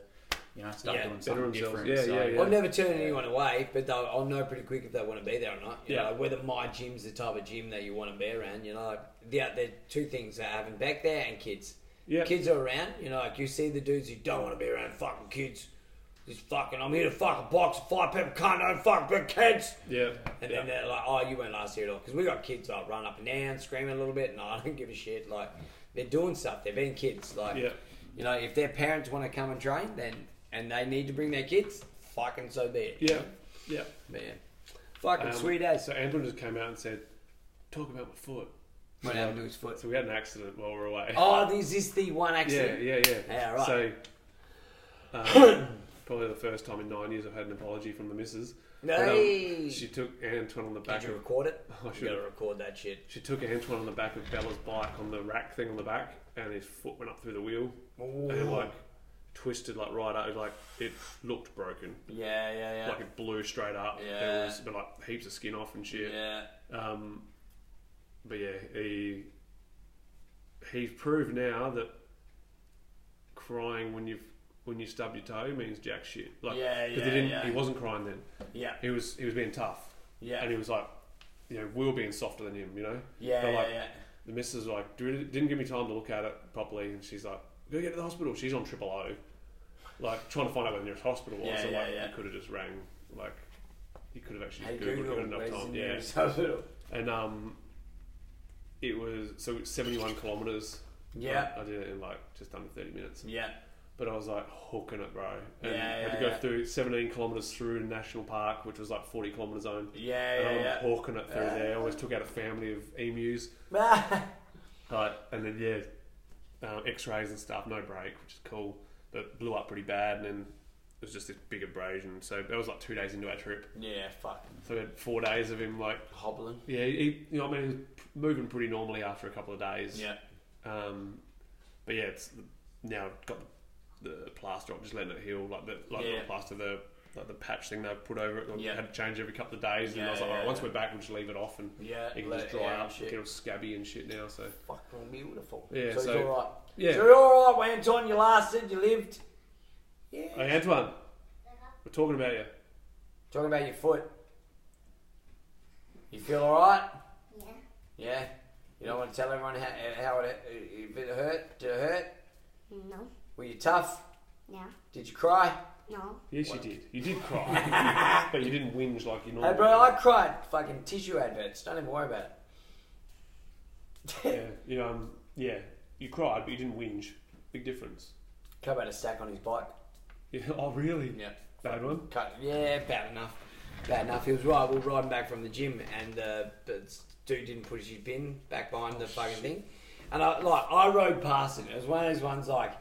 you know, start
Yeah,
doing
better
something
themselves.
different.
Yeah,
so,
yeah, yeah.
I'll never turn anyone away, but they'll, I'll know pretty quick if they want to be there or not. You
Yeah.
know, whether my gym's the type of gym that you want to be around. You know, like, the the two things that happen back there and kids.
Yeah.
Kids are around. You know, like you see the dudes who don't want to be around fucking kids. Just fucking, I'm here to fucking box, fight people, can't no fucking big kids.
Yeah.
And then they're like, oh, you went last year at all. Because we got kids like run up and down, screaming a little bit. No, I don't give a shit. Like, they're doing stuff. They're being kids. Like,
Yeah.
you know, if their parents want to come and train, then, and they need to bring their kids, fucking so be it.
Yeah. Yeah.
Man. Fucking
Um,
sweet as.
So Anthony just came out and said, "Talk about my foot."
What happened to his foot?
So we had an accident while we were away.
Oh, is this the one
yeah,
accident?
yeah, yeah.
Yeah, right.
So um, probably the first time in nine years I've had an apology from the missus. But, um,
Hey.
she took Antoine on the back Oh,
Did you
of
record it?
I
you
should.
gotta record that shit.
she took Antoine on the back of Bella's bike on the rack thing on the back, and his foot went up through the wheel and it, like twisted like right up. Like it looked broken.
Yeah, yeah, yeah.
Like it blew straight up.
Yeah.
There was but, like heaps of skin off and shit.
yeah.
Um, but yeah, he he's proved now that crying when you've when you stub your toe means jack shit. Like,
Yeah,
'cause
yeah,
he didn't.
yeah.
He wasn't crying then.
Yeah.
He was he was being tough.
Yeah.
and he was like, you know, we were being softer than him. You know.
Yeah,
But,
yeah,
like,
yeah.
The missus like "Dri- didn't give me time to look at it properly, and she's like, go get to the hospital. She's on triple O, like trying to find out where the nearest hospital was.
Yeah,
so
yeah,
like,
yeah.
you could have just rang like. He could have actually
Hey,
Googled,
Google,
given enough
where's
time.
the
Yeah,
nearest hospital?
and um, it was so it's seventy-one kilometers.
Yeah.
I, I did it in like just under thirty minutes.
Yeah.
But I was like hooking it, bro. And
Yeah,
had
yeah,
to go
yeah.
through seventeen kilometers through national park, which was like forty kilometer zone.
Yeah,
and
yeah,
I'm
yeah.
hawking it through there. I always took out a family of emus. Like, and then yeah, um, X-rays and stuff. No break, which is cool, but blew up pretty bad. And then it was just this big abrasion. So that was like two days into our trip.
Yeah, fucking
So we had four days of him like
hobbling.
yeah, he, you know, what I mean, he was p- moving pretty normally after a couple of days.
Yeah.
Um, but yeah, it's now got the, the plaster up, just letting it heal, like the like
Yeah.
the plaster, the like the patch thing they put over it. Like
Yeah.
Had to change every couple of days, and
Yeah,
I was like,
yeah,
all right, once
yeah.
we're back, we'll just leave it off, and
Yeah,
it can
let
just
it
dry
air and
up,
shit.
get all scabby and shit now. So
Fucking beautiful.
Yeah,
so,
so-
it's all right.
yeah,
So you're all right, when Anton. You lasted. You lived.
hey Oh, Antoine, we're talking about you.
Talking about your foot. You feel all right?
Yeah.
Yeah. You don't want to tell everyone how, how it if it hurt. Did it hurt?
No.
Were you tough?
Yeah.
Did you cry?
No.
Yes, you did. You did cry, but you didn't whinge like you normally.
Hey, bro, I cried. Fucking tissue adverts. Don't even worry about it.
do. yeah, you, um, yeah, you cried, but you didn't whinge. Big difference.
Come about a stack on his bike.
Yeah. Oh, really?
Yeah.
Bad one.
Cut. Yeah, bad enough. Bad enough. He was right. We were riding back from the gym, and uh, the dude didn't put his bin back behind
Oh,
the fucking thing. And I like, I rode past it. It was one of those ones like,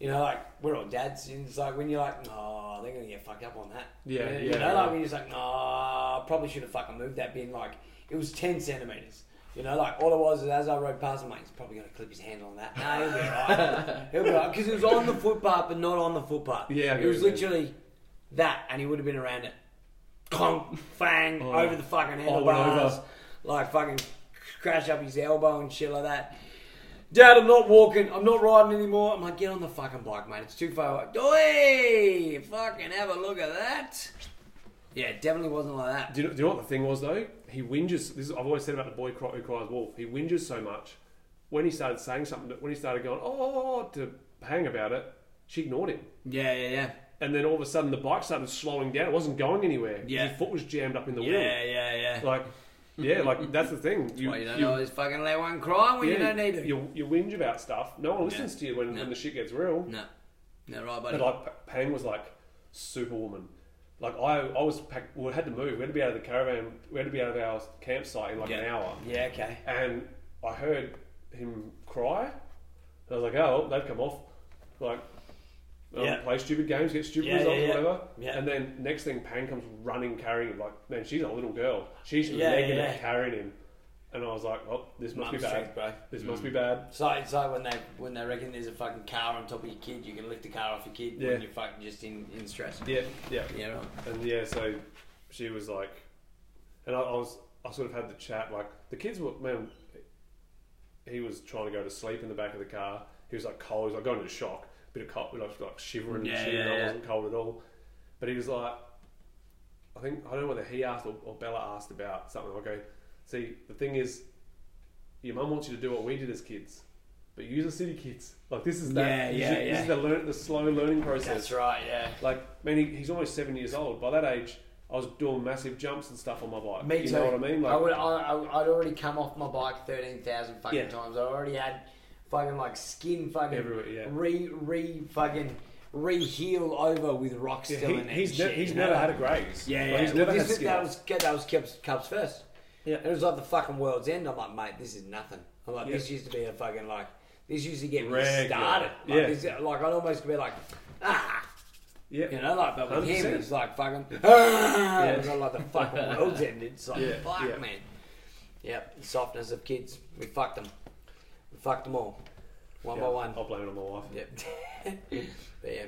you know, like we're all dads. And it's like when you're like, oh, they're gonna get fucked up on that.
Yeah,
you
yeah,
know,
yeah.
like when you're just like, no, I probably should have fucking moved that bin. Like it was ten centimeters. You know, like all it was is as I rode past, I'm like, he's probably gonna clip his hand on that. No, he'll be alright. he'll be alright because it was on the footpath, but not on the footpath.
Yeah, I
it
get
was
what you mean.
literally that, and he would have been around it. Conk, fang,
Oh.
over the fucking
Oh, went
handlebars,
over.
like fucking crash up his elbow and shit like that. Dad, I'm not walking. I'm not riding anymore. I'm like, get on the fucking bike, mate. It's too far away. Oi, fucking have a look at that. Yeah, it definitely wasn't like that.
Do you, know, do you know what the thing was though? He whinges. This is, I've always said about the boy cry, who cries wolf. He whinges so much. When he started saying something, when he started going oh to hang about it, she ignored him.
Yeah, yeah, yeah.
And then all of a sudden, the bike started slowing down. It wasn't going anywhere. 'cause
Yeah.
His foot was jammed up in the wheel.
Yeah, yeah, yeah.
Like, yeah, like that's the thing. You,
Well, you don't
you-
always fucking let one cry when you
yeah,
don't need to.
You, you whinge about stuff. No one listens
Yeah.
to you when,
No.
when the shit gets real.
No. No, right, buddy.
But like Pang was like superwoman. Like I, I was packed. We had to move. We had to be out of the caravan. We had to be out of our campsite in like an
Yeah.
hour.
yeah, okay.
And I heard him cry. And I was like, oh, well, they've come off. Like, um,
Yeah.
play stupid games, get stupid
Yeah, yeah,
results,
yeah.
whatever.
Yeah.
And then next thing, Pang comes running, carrying him. Like, man, she's a little girl. She's
Yeah,
legging
yeah, yeah.
it, carrying him. and I was like, "Oh, this must be
Mum's
bad.
tricks, bro. Mm.
This must be bad."
It's like, it's like when they when they reckon there's a fucking car on top of your kid, you can lift the car off your kid
Yeah.
when you're fucking just in, in stress.
Yeah, yeah,
Yeah, right.
and yeah. So she was like, and I, I was, I sort of had the chat. Like the kids were, man. He was trying to go to sleep in the back of the car. He was like cold. He was like going into shock, bit of cold, like, like shivering and
Yeah,
shit. and
yeah,
I
yeah.
wasn't cold at all, but he was like, I think I don't know whether he asked or, or Bella asked about something. I go, see, the thing is, your mum wants you to do what we did as kids. But you the city kids. Like this is
Yeah,
that. this
yeah,
is- This
yeah.
is the learn, the slow learning process.
That's right. Yeah.
Like, I mean, he, he's almost seven years old. By that age, I was doing massive jumps and stuff on my bike.
Me
you
too.
know what I mean? Like,
I would. I, I, I'd already come off my bike thirteen thousand fucking
Yeah.
times. I already had fucking like skin fucking
Everywhere, yeah.
re re fucking re heal over with rocks
he,
still in it. and
he's, ne-
shit,
he's
you know?
never had a graze.
Yeah,
Like,
yeah.
He's
Well,
never had
this, that
skills.
was that was Cubs, Cubs first.
Yeah.
And it was like the fucking world's end. I'm like, mate, this is nothing. I'm like,
Yeah.
this used to be a fucking like, this used to get me
Regular.
started. Like,
Yeah.
this, like I'd almost be like, ah,
yeah.
you know, like, but with him,
100%.
it's like fucking, ah,
Yeah.
it's not like the fucking world's end. It's like,
Yeah,
fuck,
yeah.
man. Yep, the softness of kids. We fucked them. We fucked them all, one
Yeah, Oh.
by one.
I'll blame it on my wife.
Yep. but yeah.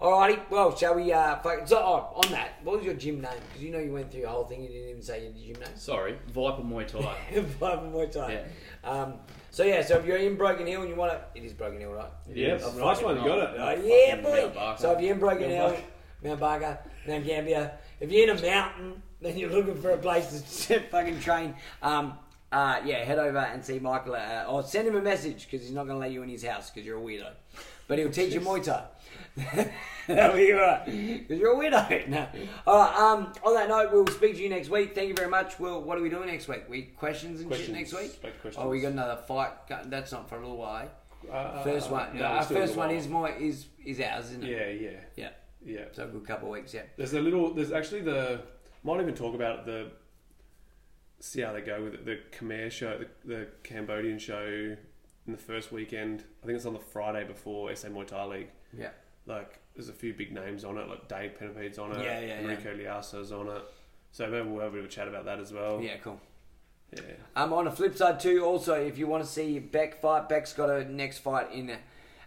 Alrighty, well, shall we? Uh, fuck, so, oh, on that, what was your gym name? Because you know you went through the whole thing, you didn't even say your gym name.
Sorry, Viper Muay Thai.
Five more time. Um, so, yeah, so if you're in Broken Hill and you want to. It is Broken Hill, right?
Yeah,
Yes.
nice one. You got it.
Oh, yeah,
fucking
boy.
Mount Barker.
So if you're in Broken
Mount
Hill,
Barker.
Mount Barker, Mount Gambier, if you're in a mountain, then you're looking for a place to fucking train. Um, uh, yeah, head over and see Michael, uh, or send him a message because he's not going to let you in his house because you're a weirdo. But he'll teach you Muay Thai. That'll be alright because you're a weirdo. No. All right. Um, on that note, we'll speak to you next week. Thank you very much. Well, what are we doing next week? We questions and
Questions.
shit next week.
Back to questions.
Oh, we got another fight. That's not for a little while. eh?
Uh,
First one. no,
yeah, we're
our
still in
first
the
one
wild.
is more is is ours, isn't it?
Yeah, yeah,
Yeah.
yeah.
So a good couple of weeks, yeah.
There's a little. There's actually the. Might even talk about the. See how they go with it, the Khmer show, the, the Cambodian show, in the first weekend. I think it's on the Friday before SA Muay Thai League.
Yeah.
like there's a few big names on it, like Dave Penapede's on it,
Yeah, yeah,
Enrico Liasa's on it. So maybe we'll have a bit of a chat about that as well.
Yeah, cool.
yeah.
Um on the flip side too, also if you want to see Beck fight, Beck's got a next fight in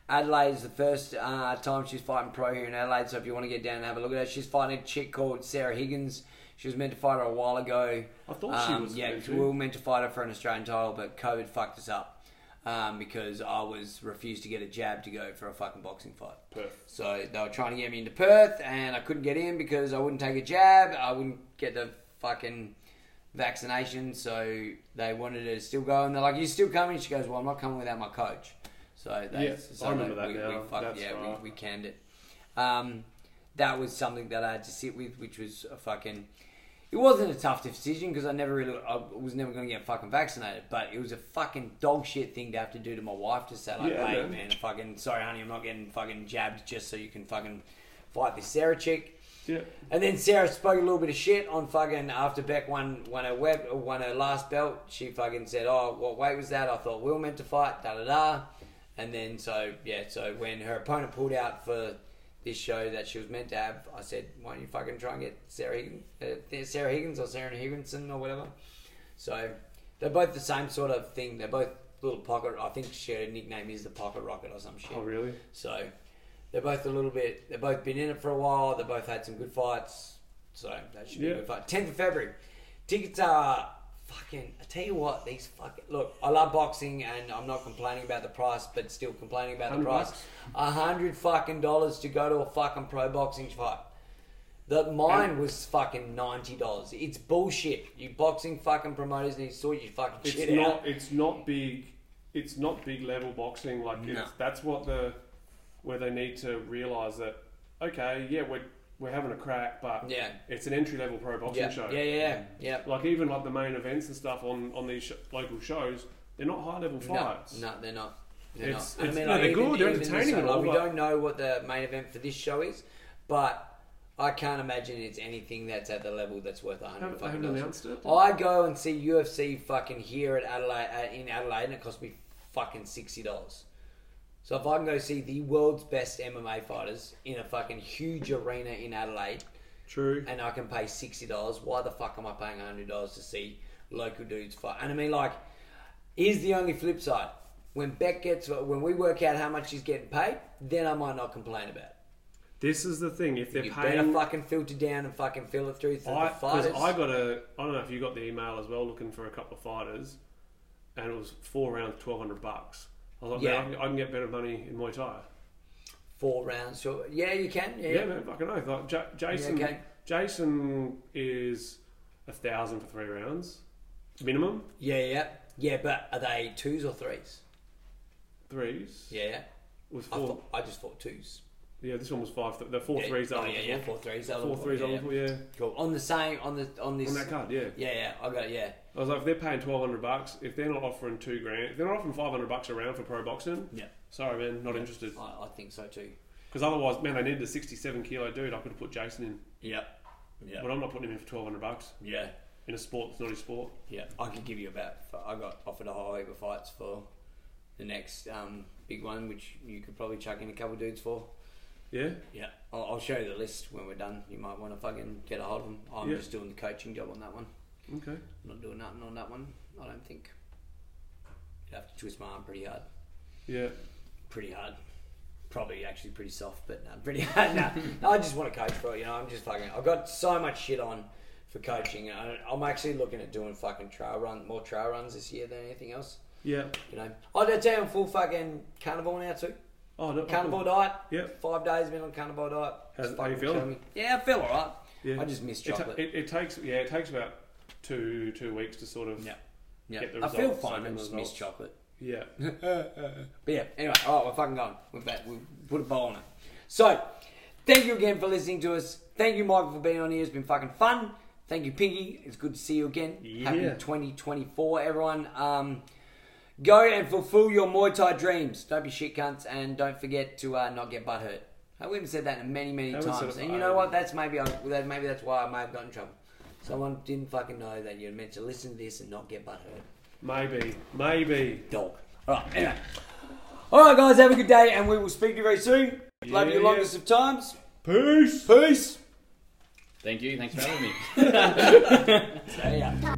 Adelaide's the first uh, time she's fighting pro here in Adelaide, so if you want to get down and have a look at her, she's fighting a chick called Sarah Higgins. She was meant to fight her a while ago. Um,
I thought she was
Yeah,
meant to.
we were meant to fight her for an Australian title, but COVID fucked us up um, because I was refused to get a jab to go for a fucking boxing fight.
Perth.
So they were trying to get me into Perth, and I couldn't get in because I wouldn't take a jab. I wouldn't get the fucking vaccination. So they wanted her to still go, and they're like, "You still coming?" She goes, "Well, I'm not coming without my coach." So they,
Yeah,
so
I remember
they-
that
we,
now.
We fucked,
That's
yeah,
right.
we, we canned it. Um, that was something that I had to sit with, which was a fucking. It wasn't a tough decision because I never really, I was never going to get fucking vaccinated. But it was a fucking dog shit thing to have to do to my wife to say like,
Yeah,
"Hey,
man.
man, fucking sorry, honey, I'm not getting fucking jabbed just so you can fucking fight this Sarah chick."
Yeah.
And then Sarah spoke a little bit of shit on fucking after Beck won won her web won her last belt. She fucking said, "Oh, what weight was that?" I thought we were meant to fight. Da da da. And then so yeah, so when her opponent pulled out for this show that she was meant to have, I said, "Why don't you fucking try and get Sarah Higgins, uh, Sarah Higgins or Sarah Higginson or whatever?" So they're both the same sort of thing. They're both little pocket. I think her nickname is the Pocket Rocket or some shit.
Oh really?
So they're both a little bit. They've both been in it for a while. They both had some good fights. So that should be a
Yeah.
good fight. Tenth of February. Tickets are fucking. I tell you what, these fucking look. I love boxing, and I'm not complaining about the price, but still complaining about the
100
price.
bucks.
A hundred fucking dollars to go to a fucking pro boxing fight. The mine was fucking ninety dollars. It's bullshit. You boxing fucking promoters need to sort your fucking
It's
shit
not.
out.
It's not big. It's not big level boxing. Like it's, that's what the where they need to realize that. Okay, yeah, we're we're having a crack, but
Yeah.
it's an entry level pro boxing
Yeah,
show.
yeah, yeah, yeah.
Like even like the main events and stuff on on these sh- local shows, they're not high level fights.
No, no they're not. They're
It's-
not.
it's- no, they're good, they're
this
entertaining
one,
and all,
like, we
but-
don't know what the main event for this show is, but I can't imagine it's anything that's at the level that's worth a hundred
Haven't- they
fucking
haven't
dollars.
announced it.
I go and see UFC fucking here at Adelaide uh, in Adelaide, and it cost me fucking sixty dollars. So if I can go see the world's best MMA fighters in a fucking huge arena in Adelaide,
True.
and I can pay sixty dollars, why the fuck am I paying hundred dollars to see local dudes fight. And I mean, like, here's the only flip side: when Beck gets, when we work out how much he's getting paid, then I might not complain about it.
This is the thing. If they're
You better
paying,
fucking filter down and fucking fill it through to
I,
the
'cause
fighters.
I got a. I don't know if you got the email as well, looking for a couple of fighters, and it was four rounds, twelve hundred bucks. I was like,
Yeah.
man, I can, I can get better money in Muay Thai.
Four rounds, sure. Yeah, you can. Yeah,
Yeah, man, fucking oath. Like J- Jason,
okay.
Jason is a thousand for three rounds, minimum
yeah, yeah, yeah. But are they twos or threes?
threes.
Yeah,
was
I,
four.
thought, I just thought twos.
yeah, this one was five. Th- the four
Yeah.
threes.
Oh,
are
yeah, yeah, four threes. I
Four
look-
threes.
yeah,
I look for, yeah.
Cool. On the same, on the on this.
On that card, yeah.
Yeah, yeah, I got it, yeah.
I was like, if they're paying twelve hundred bucks, if they're not offering two grand, if they're not offering five hundred bucks a round for pro boxing,
Yeah.
sorry, man, not interested.
I, I think so too.
Because otherwise, man, I needed a sixty-seven kilo dude. I could have put Jason in,
Yep. Yeah.
but I'm not putting him in for twelve hundred bucks
Yeah.
in a sport that's not his sport.
Yeah. I could give you about. I got offered a whole heap of fights for the next um, big one, which you could probably chuck in a couple dudes for.
Yeah,
Yeah. I'll, I'll show you the list when we're done. You might want to fucking get a hold of them. I'm
Yeah.
just doing the coaching job on that one.
okay.
I'm not doing nothing on that one. I don't think. You'd have to twist my arm pretty hard.
Yeah,
pretty hard. Probably actually pretty soft, but no, pretty hard. No, no I just want to coach, bro. You know, I'm just fucking. I've got so much shit on for coaching. I, I'm actually looking at doing fucking trail run, more trail runs this year than anything else.
yeah.
You know, I do tell you, I'm full fucking carnivore now too.
Oh, no,
Carnivore diet.
Yep.
Five days been on carnivore diet.
How's-
It's
how you
fucking
feeling?
killing me. Yeah, I feel alright.
Yeah.
I just miss
It, ta-
chocolate.
it, it takes yeah, it takes about two two weeks to sort of
Yeah. yeah,
get the
I feel
results,
fine. I
same
just
results.
miss chocolate.
yeah.
But yeah, anyway, all right, we're fucking going. We're back. We put a bowl on it. So, thank you again for listening to us. Thank you, Michael, for being on here. It's been fucking fun. Thank you, Pinky. It's good to see you again. Happy
Yeah.
2024, everyone. Um, go and fulfill your Muay Thai dreams. Don't be shit cunts and don't forget to uh, not get butthurt. I haven't said that many, many
That was
times.
sort of-
and you
I-
know what? That's maybe I, that maybe that's why I may have gotten in trouble. Someone didn't fucking know that you're meant to listen to this and not get butthurt
Maybe, maybe.
dog. All right, anyway. All right, guys, have a good day, and we will speak to you very soon. Love you
Yeah.
longest of times.
Peace.
Peace.
Thank you. Thanks for having me.
See ya.